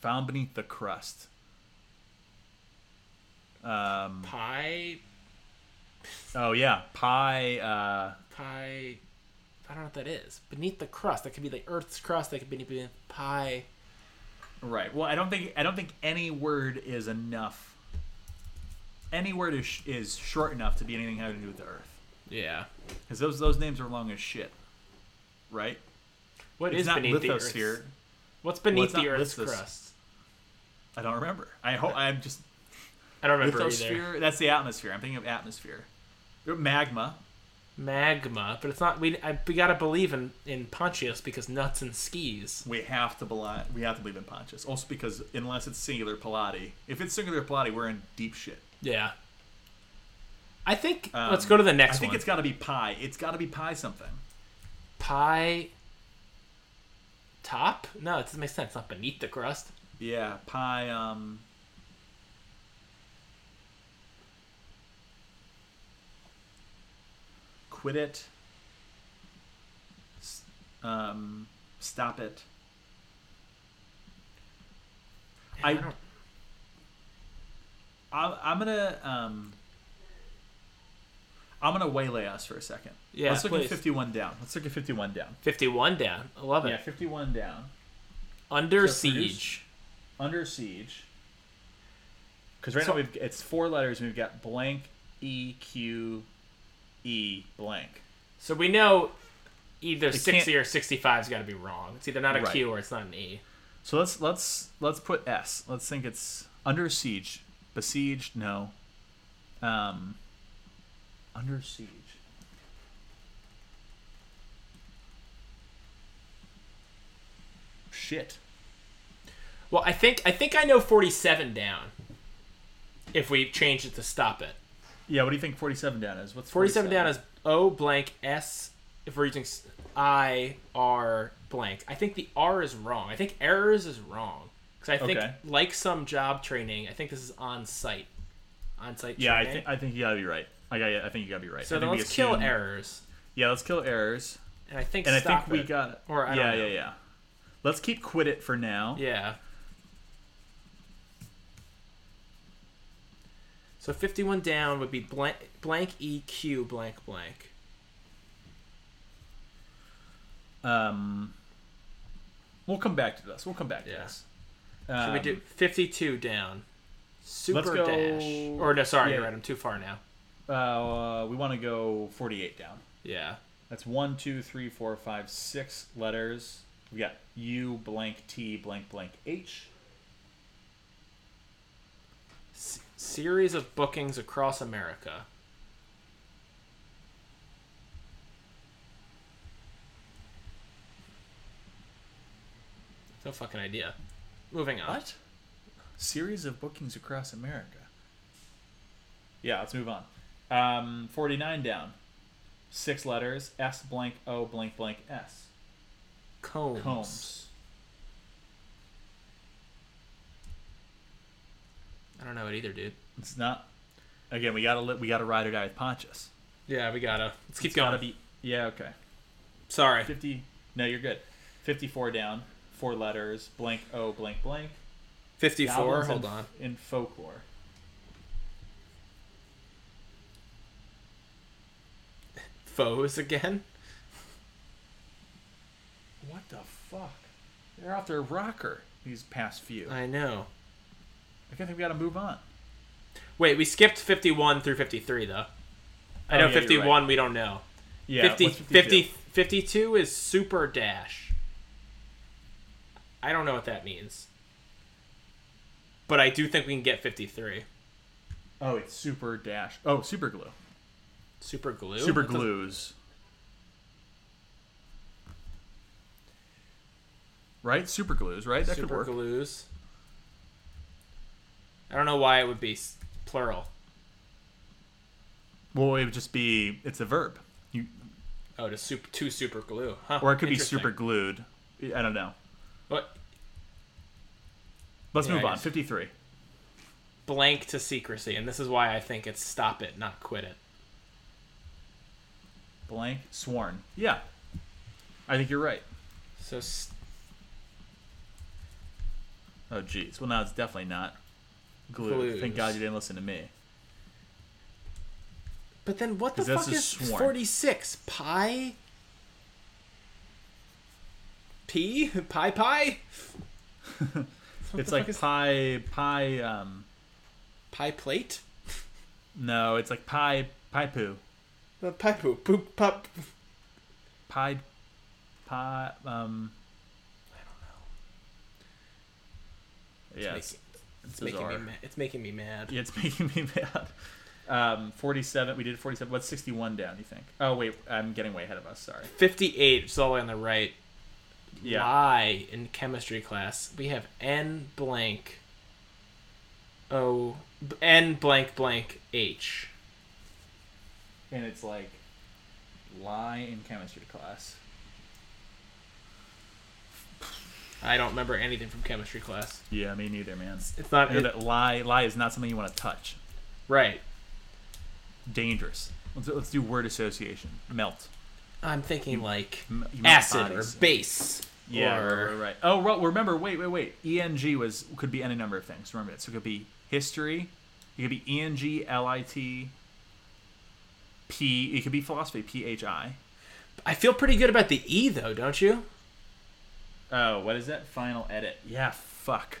B: Found beneath the crust. Um,
A: Pi.
B: oh, yeah. Pi. Uh,
A: Pi. I don't know what that is. Beneath the crust. That could be the Earth's crust. That could be beneath pi.
B: Right. Well, I don't think I don't think any word is enough. Any word is sh- is short enough to be anything having to do with the Earth,
A: Yeah.
B: because those those names are long as shit. Right.
A: What is
B: it's not
A: beneath the Earth's-
B: lithosphere.
A: What's beneath
B: it's not
A: the Earth's
B: lithos-
A: crust?
B: I don't remember. I hope I'm just
A: I don't remember either.
B: lithosphere. That's the atmosphere. I'm thinking of atmosphere. Magma.
A: Magma, but it's not. We I, we gotta believe in in Pontius because nuts and skis.
B: We have to believe. We have to believe in Pontius. Also because unless it's singular Pilate, if it's singular Pilate, we're in deep shit.
A: Yeah. I think
B: Um,
A: let's go to the next
B: I think
A: one.
B: it's got to be pi. It's got to be pi something.
A: Pie. Top? No, it doesn't make sense. Not beneath the crust.
B: Yeah, pi. Um, quit it. S- Um, stop it. I-
A: don't,
B: I'm, I'm gonna. Um, I'm gonna waylay us for a second.
A: Yeah,
B: let's look
A: please.
B: at 51 down. Let's look at 51 down.
A: fifty-one down. I love it.
B: Yeah, 51 down.
A: Under
B: So produce-
A: siege.
B: Under siege. Because right
A: So-
B: now we've it's four letters and we've got blank E Q E blank.
A: So we know either sixty
B: can't-
A: or sixty-five's got to be wrong. It's either not a Q
B: Right.
A: or it's not an E.
B: So let's let's let's put S. Let's think it's under siege, Besieged? No. Um, under siege. Shit.
A: Well, I think I think I know 47 down. If we change it to stop it.
B: Yeah, what do you think 47 down is? What's
A: 47 down is O blank S if we're using s- I R blank. I think the R is wrong. I think errors is wrong. Cuz I think
B: Okay.
A: like some job training, I think this is on site. On site
B: Yeah, I,
A: training.
B: thi- I think you gotta be right. I, got I think you gotta be right.
A: so
B: I
A: then
B: think we
A: let's kill
B: assume-
A: errors.
B: Yeah, let's kill errors.
A: And I think
B: And I
A: stop
B: think we
A: it.
B: got.
A: Or I don't
B: yeah,
A: know.
B: yeah, yeah. Let's keep quit it for now.
A: Yeah. So 51 down would be blank, blank EQ blank blank.
B: Um, we'll come back to this. We'll come back to
A: Yeah.
B: this.
A: Should we
B: Um,
A: do 52 down? Super
B: go-
A: dash. Or no, sorry, you're
B: yeah.
A: right. I'm too far now.
B: Uh, we want to go 48 down.
A: Yeah.
B: That's one, two, three, four, five, six letters. We got U blank T blank blank H.
A: S- series of bookings across America. No fucking idea. Moving on.
B: What? Series of bookings across America. Yeah, let's move on. Um, 49 down. Six letters. S blank O blank blank S.
A: Combs.
B: Combs.
A: I don't know it either, dude.
B: It's not. Again, we gotta li- we gotta ride or die with Pontius.
A: Yeah, we gotta. Let's keep
B: It's
A: going.
B: gotta be. Yeah. Okay.
A: Sorry.
B: 50. No, you're good. 54 down. Four letters. Blank O blank blank.
A: 54.
B: Goblins
A: Hold
B: in,
A: on.
B: In folklore.
A: Foes again?
B: What the fuck? They're out there rocker these past few. I
A: I know.
B: think we gotta move on.
A: Wait, we skipped 51 through 53, though. I
B: Oh,
A: know
B: yeah, you're
A: 51, we don't know.
B: Yeah.
A: 50,
B: what's
A: 50, 52 is super dash. I don't know what that means. But I do think we can get 53.
B: Oh, it's super dash. Oh, super glue.
A: Super glue?
B: Super
A: That doesn't-
B: glues. Right? Super glues, right? That could
A: super
B: work.
A: glues. I don't know why it would be s- plural.
B: Well, it would just be it's a verb. You
A: Oh, to super, to super glue. Huh,
B: or it could be
A: interesting.
B: super glued. I don't know.
A: What-
B: Let's
A: Yeah,
B: move
A: I
B: on.
A: guess.
B: 53.
A: blank to secrecy, and this is why I think it's stop it, not quit it.
B: Blank sworn. Yeah. I think you're right.
A: So s-
B: Oh jeez. Well, now it's definitely not glued.
A: Glues.
B: Thank God you didn't listen to me.
A: But then what the
B: 'Cause that's
A: fuck
B: a
A: is
B: sworn.
A: 46? Pi? P? Pi Pi?
B: it's
A: the
B: like
A: fuck is-
B: pie pie um
A: Pi plate?
B: no, it's like pie pie poo.
A: Uh, Pi poop. Poop pup.
B: Pie pie um I don't know. Yeah, it's,
A: It's,
B: it's
A: making,
B: bizarre.
A: me ma- it's making me mad.
B: Yeah, it's making me mad. Um, 47. We did 47. What's 61 down, you think? Oh, wait. I'm getting way ahead of us. Sorry.
A: 58, it's all the way on the right.
B: Yeah.
A: Lie in chemistry class. We have N blank. O. b- N blank blank H.
B: And it's like lie in chemistry class.
A: I don't remember anything from chemistry class.
B: Yeah, me neither, man.
A: It's not.
B: I know
A: it-
B: that lie lie is not something you want to touch.
A: right.
B: Dangerous. Let's, let's do word association. Melt.
A: I'm thinking like
B: M- you melt
A: acid or
B: bodies.
A: base.
B: Yeah,
A: or-
B: right, right, right. Oh, well, remember, wait, wait, wait. ENG was could be any number of things. Remember that. So it could be history. It could be E ENG, LIT, P. It could be philosophy, PHI.
A: I feel pretty good about the E though, don't you?
B: Oh, what is that? Final edit. Yeah, fuck.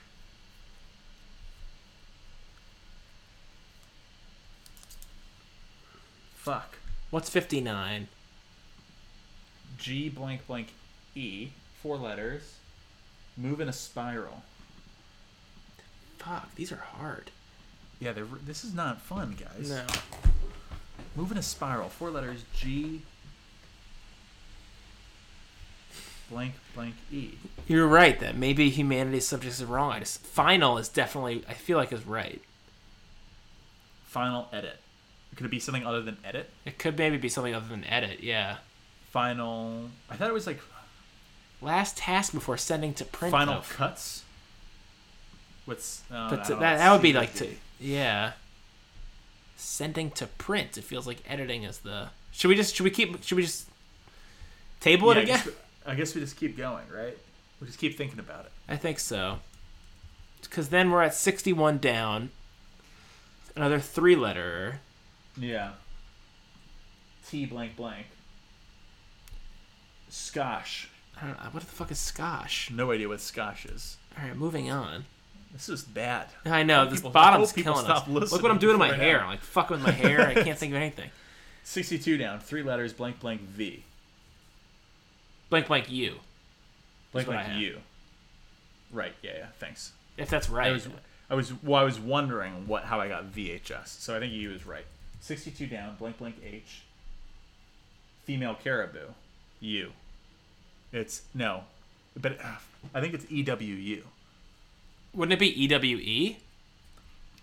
B: Fuck.
A: What's 59?
B: G blank blank E. Four letters. Move in a spiral.
A: Fuck, these are hard.
B: Yeah, they're, this is not fun, guys.
A: No.
B: Move in a spiral. Four letters G. Blank, blank, E.
A: You're right that maybe humanity's subjects are wrong. I just final is definitely I feel like is right.
B: Final edit. Could it be something other than edit?
A: It could maybe be something other than edit, yeah.
B: Final. I thought it was like
A: Last task before sending to print.
B: final
A: though.
B: cuts. What's no,
A: But
B: I
A: to-
B: don't know,
A: that, that would
B: C
A: be like to
B: D.
A: yeah. Sending to print. It feels like editing is the. Should we just should we keep should we just table it
B: Yeah, I
A: again?
B: guess, I guess we just keep going, right? We just keep thinking about it.
A: I think so. Because then we're at sixty-one down. Another three-letter.
B: Yeah. T blank blank. Scotch.
A: I don't know. What the fuck is Scotch?
B: No idea what Scotch is.
A: All right, moving on.
B: This is bad.
A: I know this
B: People-
A: bottom's
B: I hope people
A: killing
B: stop
A: us. Look what
B: listening
A: I'm doing to my
B: before I
A: hair.
B: know.
A: I'm like fucking with my hair. I can't think of anything.
B: 62 down. Three letters blank blank V.
A: Blank blank you.
B: Blank
A: what I
B: blank
A: have.
B: U. Right. Yeah. Yeah. Thanks.
A: If that's right.
B: I was I was well, I was wondering what how I got VHS. So I think you was right. Sixty two down, blank blank H. Female caribou. U. It's no. But uh, I think it's EWU.
A: Wouldn't it be E W E?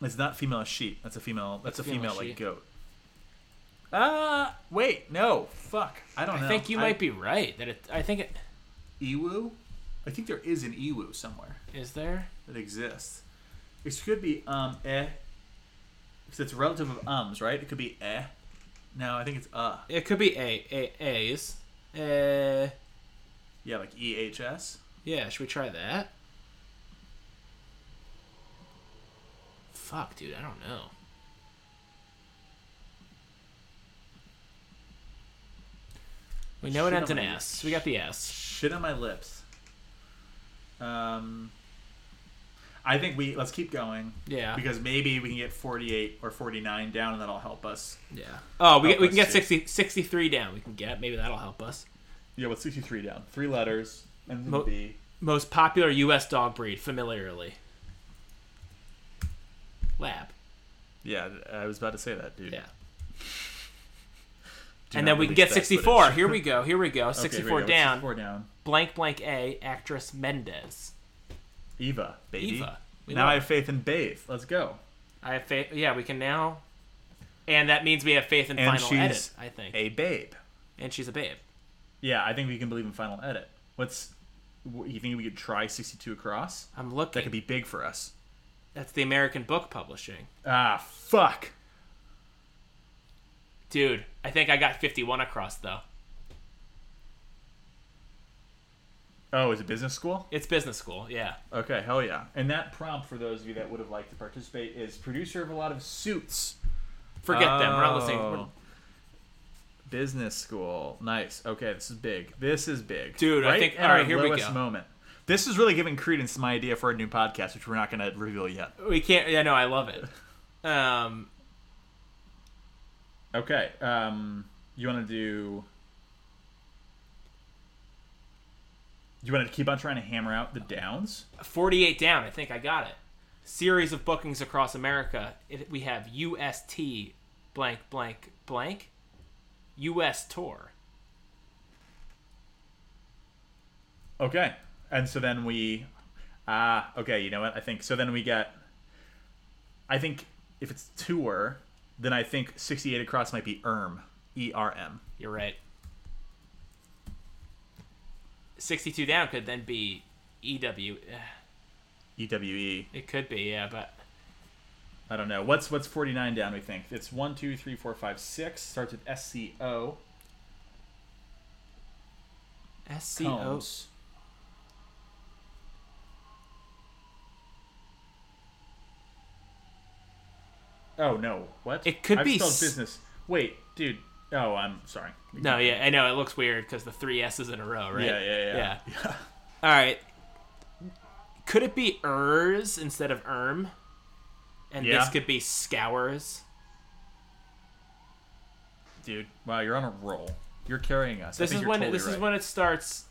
B: It's not female sheep. That's a female that's a
A: female
B: female, like
A: sheep.
B: goat. Uh wait, no. Fuck. I don't
A: I
B: know.
A: think you might be right. That it. I think it
B: Ewu? I think there is an Ewu somewhere.
A: is there.
B: that exists. It could be um eh, because it's relative of ums, right? It could be eh. No, I think it's uh.
A: It could be A A A's. Uh,
B: Yeah, like E H S.
A: yeah. Should we try that? Fuck, dude. I don't know. We know it
B: Shit
A: ends
B: on
A: in
B: my-
A: S. So we got the S.
B: Shit on my lips. Um, I think we let's keep going
A: Yeah.
B: because maybe we can get forty-eight or forty-nine down, and that'll help us.
A: Yeah. Oh, we,
B: Help
A: get, we
B: us
A: can get
B: see.
A: 60, 63 down. We can get maybe that'll help us.
B: Yeah, with sixty-three down, three letters, and
A: Mo-
B: B.
A: Most popular U.S. dog breed familiarly. Lab.
B: Yeah, I was about to say that, dude.
A: Yeah.
B: Do
A: and
B: not
A: then we can
B: release
A: get
B: that
A: 64.
B: footage.
A: Here we go. Here we go.
B: Okay, here
A: 64
B: we go,
A: down.
B: Sixty-four down.
A: Blank blank A actress Mendez.
B: Eva, baby.
A: Eva. We
B: now
A: love
B: I have faith in Bathe. Let's go.
A: I have faith. Yeah, we can now. And that means we have faith in
B: And
A: final
B: she's
A: edit, I think.
B: A babe.
A: And she's a babe.
B: Yeah, I think we can believe in final edit. What's wh- you think we could try 62 across?
A: I'm
B: That
A: looking.
B: could be big for us.
A: That's the American Book Publishing.
B: Ah, fuck.
A: Dude, I think I got 51 across, though.
B: Oh, is it business school?
A: It's business school. Yeah.
B: Okay, hell yeah. And that prompt for those of you that would have liked to participate is producer of a lot of suits.
A: Forget them. We're not listening.
B: Oh.
A: We're-
B: Business school. Nice. Okay, this is big. This is big.
A: Dude, I
B: right
A: think-
B: at
A: all right,
B: our
A: here we
B: lowest
A: go.
B: moment. This is really giving credence to my idea for a new podcast, which we're not going to reveal yet.
A: We can't. Yeah, no, I love it. Um,
B: Okay. Um, you want to do? You want to keep on trying to hammer out the downs?
A: 48 down. I think I got it. Series of bookings across America. It, we have UST blank blank blank US tour.
B: Okay. And so then we, ah, okay. You know what? I think so. Then we get. I think if it's tour, then I think sixty-eight across might be erm, e r m.
A: You're right. 62 down could then be EW. Eh,
B: E w e.
A: It could be, yeah, but
B: I don't know. What's what's forty-nine down? We think it's one, two, three, four, five, six. Starts with S C O.
A: SCO.
B: Combs. Oh no! What?
A: It could
B: I've
A: be
B: spelled
A: s-
B: business. Wait, dude. Oh, I'm sorry.
A: No, yeah, I know it looks weird because the three S's in a row, right?
B: Yeah, yeah, yeah.
A: Yeah. All right. Could it be ers instead of erm? And this
B: Yeah.
A: could be scours.
B: Dude, wow, you're on a roll. You're carrying us. I
A: This
B: think
A: is
B: you're
A: when
B: totally
A: this is
B: right.
A: when it starts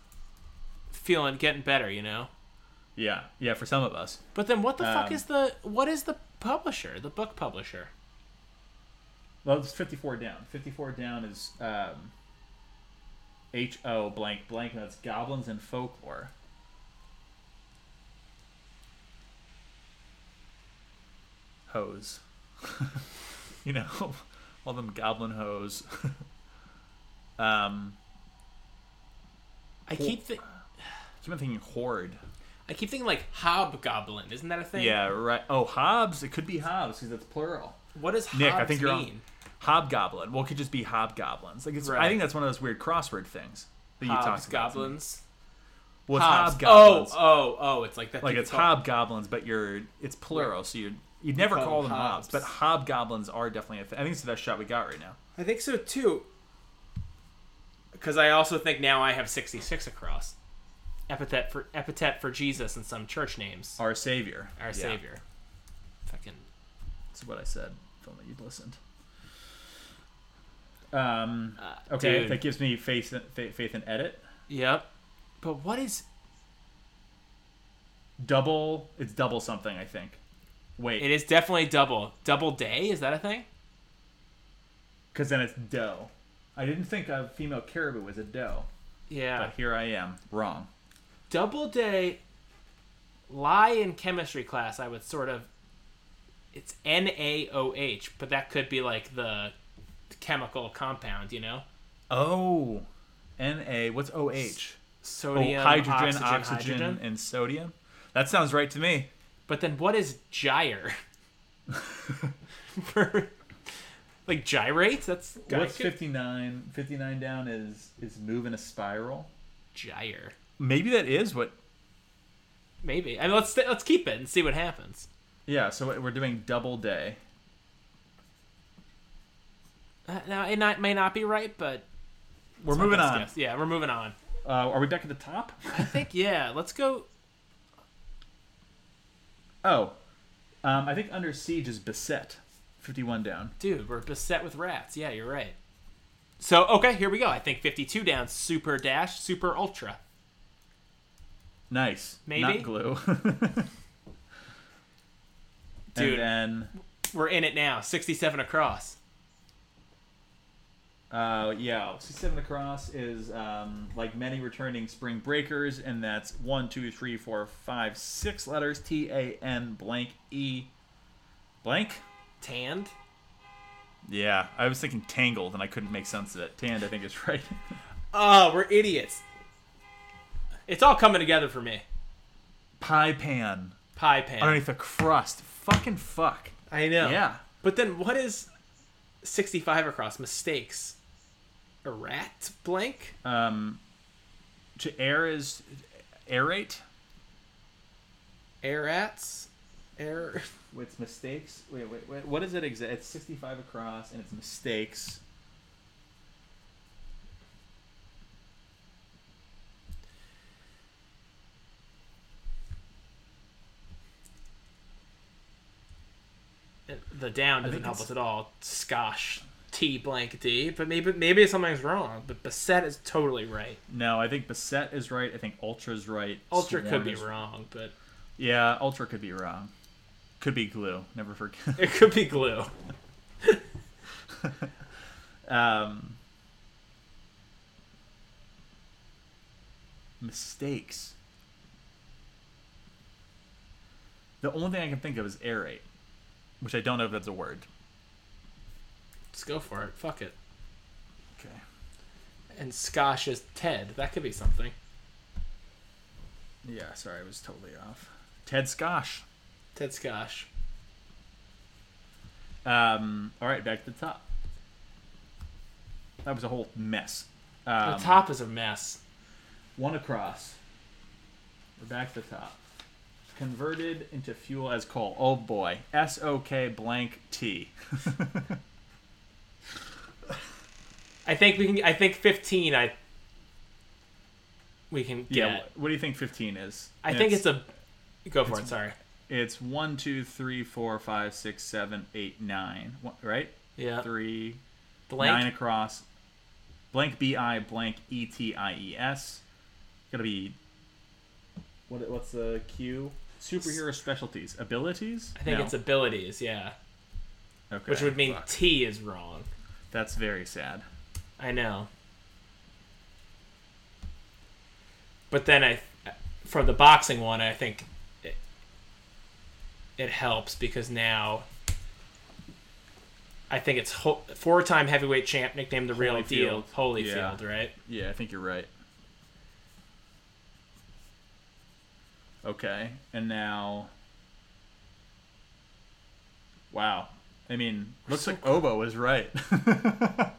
A: feeling getting better, you know.
B: Yeah, yeah, for some of us.
A: But then what the fuck
B: Um,
A: is the what is the publisher? The book publisher.
B: Well, it's 54 down. 54 down is um, H O blank blank, and that's Goblins and Folklore. Hose. you know, all them goblin hose. um,
A: I keep thi-
B: keep on thinking horde.
A: I keep thinking like hobgoblin. Isn't that a thing?
B: Yeah, right. Oh, Hobbs. It could be Hobbs because that's plural.
A: What does Hobbs
B: Nick, I think you're on-
A: mean?
B: Hobgoblin. Well, it could just be hobgoblins. Like it's, I
A: Right.
B: think that's one of those weird crossword things that you
A: Hobbs
B: talked about. to me.
A: goblins.
B: Well, it's
A: Hobbs.
B: hobgoblins.
A: Oh, oh, oh! It's like that.
B: like
A: thing
B: it's
A: called-
B: hobgoblins, but you're it's plural, so you you'd never
A: call
B: call
A: them
B: them hobs.
A: hobs.
B: But hobgoblins are definitely a thing. I think it's the best shot we got right now.
A: I think so too. Because I also think now I have sixty-six across. Epithet for epithet for Jesus and some church names.
B: Our savior.
A: Our
B: Yeah,
A: Savior. Fucking
B: That's what I said. If only you'd listened. Um.
A: uh,
B: Okay,
A: dude.
B: that gives me faith in, faith, faith in edit.
A: Yep. But what is?
B: Double. It's double something. I think.
A: It
B: Wait,
A: is definitely double. Double day is that a thing?
B: because then it's doe. I didn't think a female caribou was a doe,
A: Yeah.
B: but Uh, here I am wrong.
A: double day lie in chemistry class i would sort of it's n-a-o-h but that could be like the chemical compound you know
B: Oh, N A. What's O H? Oh,
A: sodium
B: hydrogen,
A: oxygen,
B: oxygen,
A: hydrogen.
B: and sodium. That sounds right to me.
A: but then what is gyre For- like gyrates that's
B: What's
A: gyre?
B: 59? 59 down is is move in a spiral.
A: gyre
B: Maybe that is what.
A: maybe and let's let's keep it and see what happens
B: Yeah, so we're doing double day.
A: uh, now it not, may not be right but
B: We're
A: it's my
B: moving
A: best
B: on.
A: guess. yeah we're moving on
B: Uh, are we back at the top?
A: i think yeah let's go
B: Oh, um, I think under siege is beset. 51 down.
A: Dude, we're beset with rats. Yeah, you're right. So, okay, here we go. I think 52 down, super dash, super ultra.
B: Nice.
A: Maybe.
B: Not glue.
A: Dude.
B: And
A: We're in it now, 67 across.
B: then, uh, yeah, 67 across is um, like many returning spring breakers, and that's one, two, three, four, five, six letters T A N blank E blank.
A: Tanned.
B: Yeah, I was thinking Tangled, and I couldn't make sense of it. Tanned, I think is right.
A: Oh, we're idiots. It's all coming together for me.
B: Pie pan
A: Pie pan.
B: underneath the crust. Fucking fuck.
A: I know.
B: Yeah.
A: But then what is 65 across? Mistakes. A rat blank?
B: Um, to air is aerate.
A: Air rats? Air.
B: It's mistakes. Wait, wait, wait. What is it exact? It's sixty-five across, and it's mistakes.
A: The down doesn't
B: think
A: help
B: it's-
A: us at all. Scosh. T blank D. But maybe maybe something's wrong. But beset is totally right.
B: No, I think Beset is right. I think Ultra's right.
A: Ultra
B: Swarm
A: could be
B: is-
A: wrong, but
B: Yeah, Ultra could be wrong. Could be glue. Never forget.
A: it could be glue.
B: um, mistakes. The only thing I can think of is aerate, which I don't know if that's a word.
A: Let's go for it. Fuck it.
B: Okay.
A: And Skosh is Ted. That could be something.
B: Yeah, sorry, I was totally off. Ted Skosh.
A: Ted Skosh.
B: Um, all right, back to the top. That was a whole mess.
A: The
B: Um,
A: top is a mess.
B: One across. We're back to the top. Converted into fuel as coal. Oh boy. S O K blank T.
A: I think we can. I think fifteen. I. We can get.
B: Yeah. wh- What do you think 15 is?
A: I
B: And
A: think it's, a. Go for it. Sorry.
B: It's 1, 2, 3, 4, 5, 6, 7, 8, 9. One- right?
A: Yeah.
B: 3, Nine
A: Blank.
B: across. Blank B I blank E T I E S. Gotta be What, what's the Q? Superhero specialties, abilities.
A: I think it's abilities, yeah.
B: okay.
A: Which would mean
B: Fuck.
A: T is wrong.
B: that's very sad.
A: I know. But then I, for the boxing one, I think it, it helps because now I think it's ho- four-time heavyweight champ, nicknamed the Real Deal,
B: Holyfield.
A: Holyfield, right?
B: Yeah, I think you're right. Okay, and now. Wow, I mean, looks like Obo was right.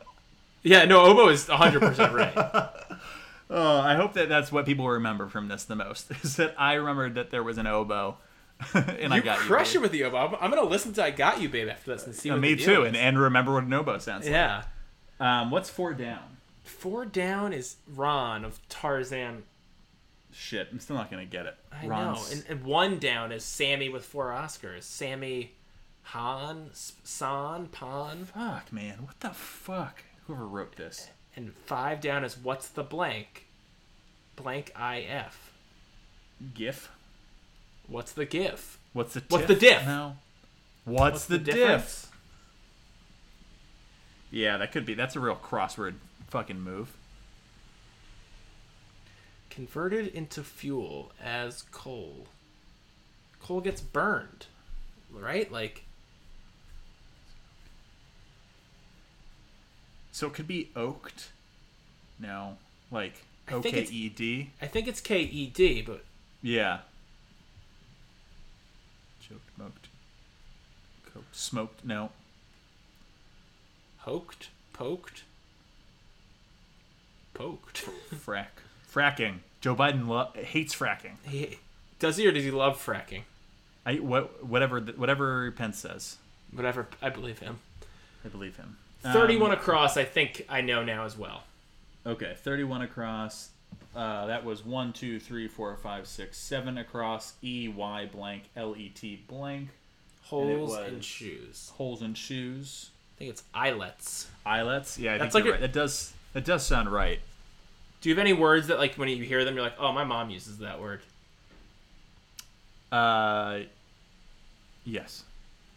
A: Yeah, no, Obo is 100% right.
B: Oh, I hope that that's what people remember from this the most is that I remembered that there was an oboe, and I
A: you
B: got
A: crush
B: you.
A: it with the Obo. I'm, I'm going to listen to I Got You, Babe, after this and see
B: babe.
A: what
B: me
A: the deal
B: too,
A: is.
B: and, and remember what an oboe sounds like.
A: yeah.
B: Um, what's four down?
A: Four down is Ron of Tarzan.
B: Shit, I'm still not gonna get it.
A: I
B: Ron's-
A: know. And, and one down is Sammy with four Oscars. Sammy Han, S- San, Pan.
B: fuck, man, what the fuck? Whoever wrote this?
A: And five down is What's the Blank? Blank IF.
B: GIF?
A: What's the GIF?
B: What's the
A: What's
B: tiff?
A: the diff?
B: No. What's, the, diff?
A: difference?
B: Yeah, that could be. That's a real crossword fucking move.
A: Converted into fuel as coal. Coal gets burned, right? Like,
B: So it could be oaked. No, like
A: I
B: O
A: think
B: K
A: it's-
B: E D.
A: I think it's KED, but
B: Yeah. Choked, moked, coked, smoked. No.
A: hoked, poked, poked.
B: Frack. Fracking. Joe Biden lo- hates fracking.
A: He, does he or does he love fracking?
B: I what whatever th- whatever Pence says,
A: Whatever, I believe him.
B: I believe him. Um,
A: 31 across, I think I know now as well.
B: Okay, thirty-one across. Uh, that was one, two, three, four, five, six, seven across. E Y blank L E T blank.
A: Holes
B: was-
A: and shoes.
B: Holes and shoes.
A: I think it's eyelets.
B: Eyelets. Yeah, I
A: That's
B: think you're
A: like a-
B: right. That does that does sound right.
A: Do you have any words that, like, when you hear them, you're like, oh, my mom uses that word?
B: Uh, yes.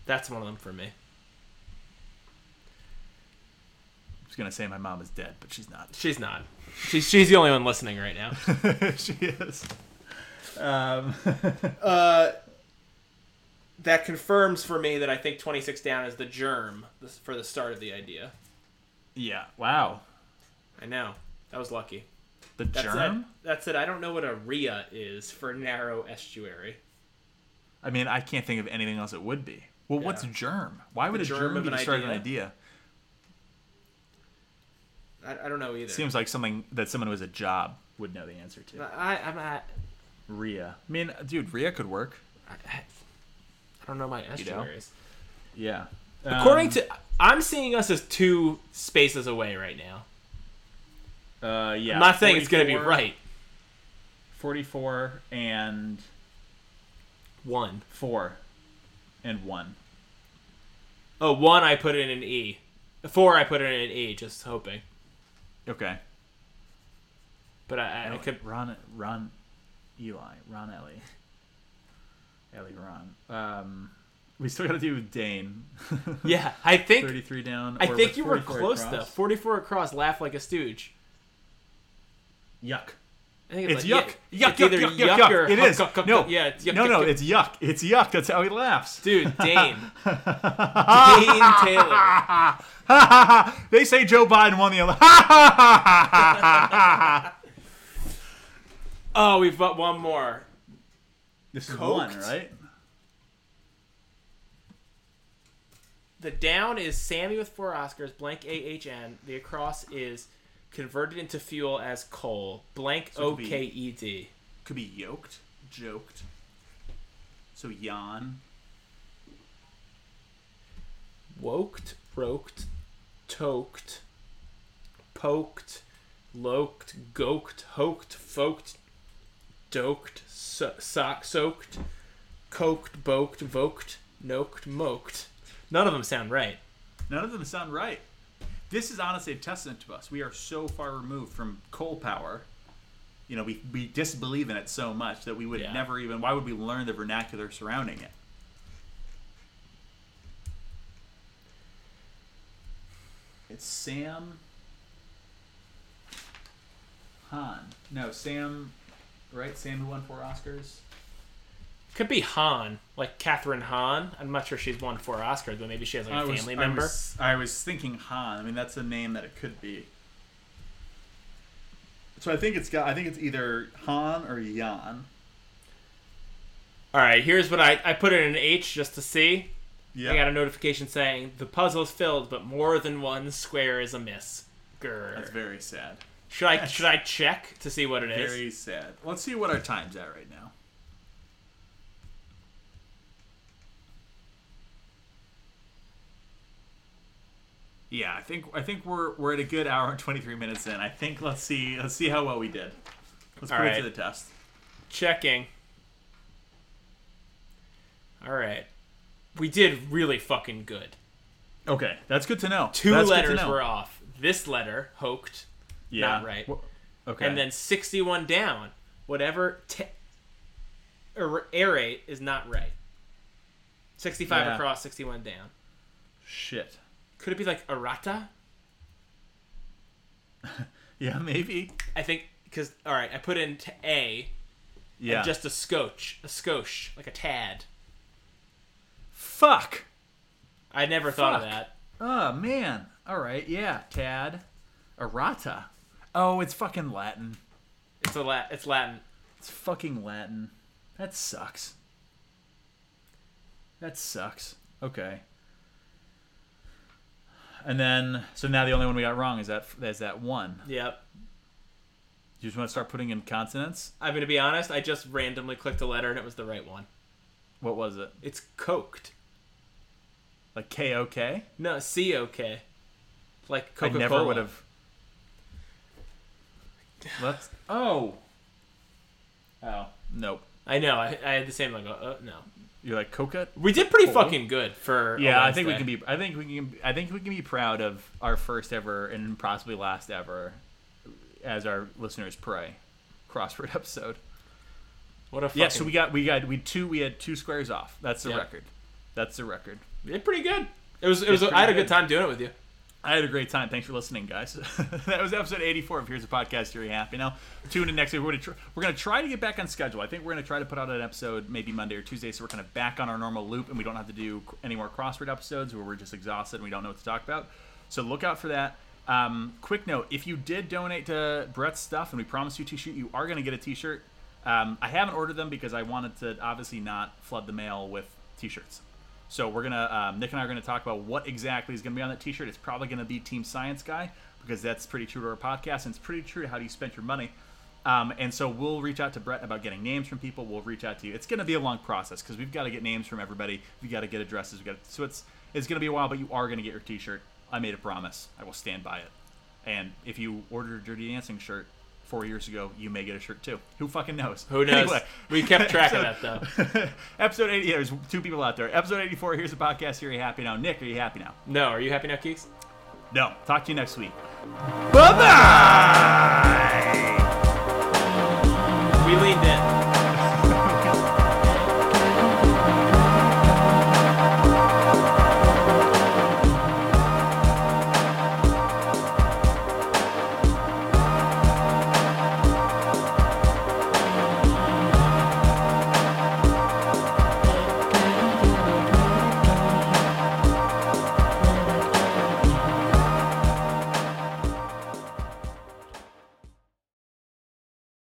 A: That's one of them for me.
B: I was gonna say my mom is dead, but she's not.
A: She's not. She's, she's the only one listening right now.
B: she is. Um,
A: uh, that confirms for me that I think 26 down is the germ for the start of the idea.
B: yeah. Wow.
A: I know. That was lucky.
B: The
A: That's
B: germ.
A: It. That's it. I don't know what a RIA is for narrow estuary.
B: I mean, I can't think of anything else it would be. Well, what's
A: Yeah.
B: germ? Why would
A: The
B: a
A: germ
B: germ,
A: of
B: be
A: an
B: the start of an
A: idea.
B: idea?
A: I, I don't know either.
B: Seems like something that someone who has a job would know the answer to.
A: I, I'm not.
B: Rhea. I mean, dude, Rhea could work.
A: I, I I don't know my estuaries.
B: Yeah. Um,
A: According to, I'm seeing us as two spaces away right now.
B: to, uh, yeah,
A: I'm not saying it's going to be
B: 44,
A: right.
B: Forty-four and
A: One.
B: four, and one.
A: Oh, one I put in an E. Four I put in an E, just hoping.
B: Okay.
A: But I, I could.
B: Ron Ron Eli Ron Ellie Ellie Ron. Um, we still got to do Dane.
A: Yeah, I think
B: Thirty-three down.
A: I
B: or
A: think
B: with
A: you were
B: 44
A: close
B: across.
A: though. 44 across, laugh like a stooge.
B: Yuck.
A: I think
B: It's
A: like-
B: yuck.
A: yeah,
B: Yuck,
A: it's
B: yuck,
A: either
B: yuck, yuck,
A: yuck
B: yuck.
A: or
B: It
A: huck,
B: is.
A: huck, huck,
B: no,
A: huck. Yeah, it's yuck,
B: no,
A: yuck,
B: no,
A: yuck.
B: it's yuck. It's yuck. That's how he laughs.
A: Dude, Dane. Dane Taylor.
B: they say Joe Biden won the election.
A: Oh, we've got one more.
B: this is
A: one,
B: one, right?
A: The down is Sammy with four Oscars, blank AHN. The across is converted into fuel as coal, blank E
B: So it could be-
A: OKED.
B: Could be yoked, joked. So yawn.
A: Woked, roked, toked, poked, loked, goked, hoked, folked, doked, so- sock, soaked, coked, boked, voked, noked, moked. None of them sound right.
B: None of them sound right. This is honestly a testament to us. We are so far removed from coal power you know, we, we disbelieve in it so much that we would
A: Yeah.
B: never even, why would we learn the vernacular surrounding it? It's Sam Han. No, Sam, right? Sam who won four Oscars?
A: Could be Han, like Catherine Hahn. I'm not sure she's won four Oscars, but maybe she has like a family member.
B: I was, I was thinking Han. I mean, that's a name that it could be. So I think it's got. I think it's either Han or Jan.
A: All right, here's what I I put in an H just to see.
B: Yeah.
A: I got a notification saying the puzzle's filled, but more than one square is amiss.
B: that's
A: Grr.
B: very sad.
A: should I should I check to see what it is?
B: Very sad. Let's see what our time's at right now. Yeah, I think I think we're we're at a good hour and twenty three minutes in. I think let's see let's see how well we did. Let's
A: All
B: put it
A: right.
B: to the test.
A: Checking. All right, we did really fucking good.
B: Okay, that's good to know.
A: Two
B: That's good to
A: letters
B: know.
A: were off. This letter hoaxed,
B: yeah.
A: not right.
B: Wh- Okay.
A: and then 61 down. Whatever te- er- aerate is not right. 65
B: Yeah.
A: across, 61 down.
B: shit.
A: Could it be like errata?
B: Yeah, maybe.
A: I think because all right, I put in t- a
B: Yeah.
A: just a scotch, a scotch, like a tad.
B: fuck.
A: I never thought of
B: Fuck.
A: that.
B: Oh man. All right. Yeah. Tad. Errata. Oh, it's fucking Latin.
A: It's a la- it's Latin.
B: It's fucking Latin. That sucks. That sucks. Okay. And then, so now the only one we got wrong is that is that one.
A: Yep.
B: You just want to start putting in consonants.
A: I'm gonna be honest. I just randomly clicked a letter and it was the right one.
B: What was it?
A: It's coked.
B: Like K O K.
A: No, C O K. Like
B: I
A: Coca Cola.
B: never would have. Let's. Oh. Oh. Nope.
A: I know. I, I had the same like. uh, Uh, no.
B: You're like coca. Oh,
A: We did pretty
B: Cool.
A: fucking good for. a
B: Yeah, I think we
A: Wednesday.
B: can be. I think we can. I think we can be proud of our first ever and possibly last ever, as our listeners pray, crossword episode.
A: What a fucking,
B: Yeah. So we got we got we two we had two squares off. That's the
A: Yeah.
B: record. That's the record.
A: we did pretty good. It was it was.
B: Did
A: I had a
B: pretty
A: good
B: good.
A: time doing it with you.
B: I had a great time. Thanks for listening, guys. that was episode 84 of Here's a Podcast You're Happy. Now, tune in next week. We're going to tr- we're gonna try to get back on schedule. I think we're going to try to put out an episode maybe Monday or Tuesday so we're kind of back on our normal loop and we don't have to do c- any more crossword episodes where we're just exhausted and we don't know what to talk about. So look out for that. Um, quick note if you did donate to Brett's stuff and we promised you a t shirt, you are going to get a t shirt. Um, I haven't ordered them because I wanted to obviously not flood the mail with t shirts. So we're gonna um, Nick and I are gonna talk about what exactly is gonna be on that T-shirt. It's probably gonna be Team Science Guy because that's pretty true to our podcast and it's pretty true to how do you spend your money. Um, and so we'll reach out to Brett about getting names from people. We'll reach out to you. It's gonna be a long process because we've got to get names from everybody. We got to get addresses. We got so it's it's gonna be a while, but you are gonna get your T-shirt. I made a promise. I will stand by it. And if you ordered your Dancing shirt four years ago, you may get a shirt too. Who fucking knows?
A: Who knows?
B: Anyway.
A: We kept track of that
B: So-
A: though.
B: episode 80 yeah, there's two people out there episode 84 here's the podcast here are you happy now nick are you happy now
A: No, are you happy now, Keeks?
B: no talk to you next week bye-bye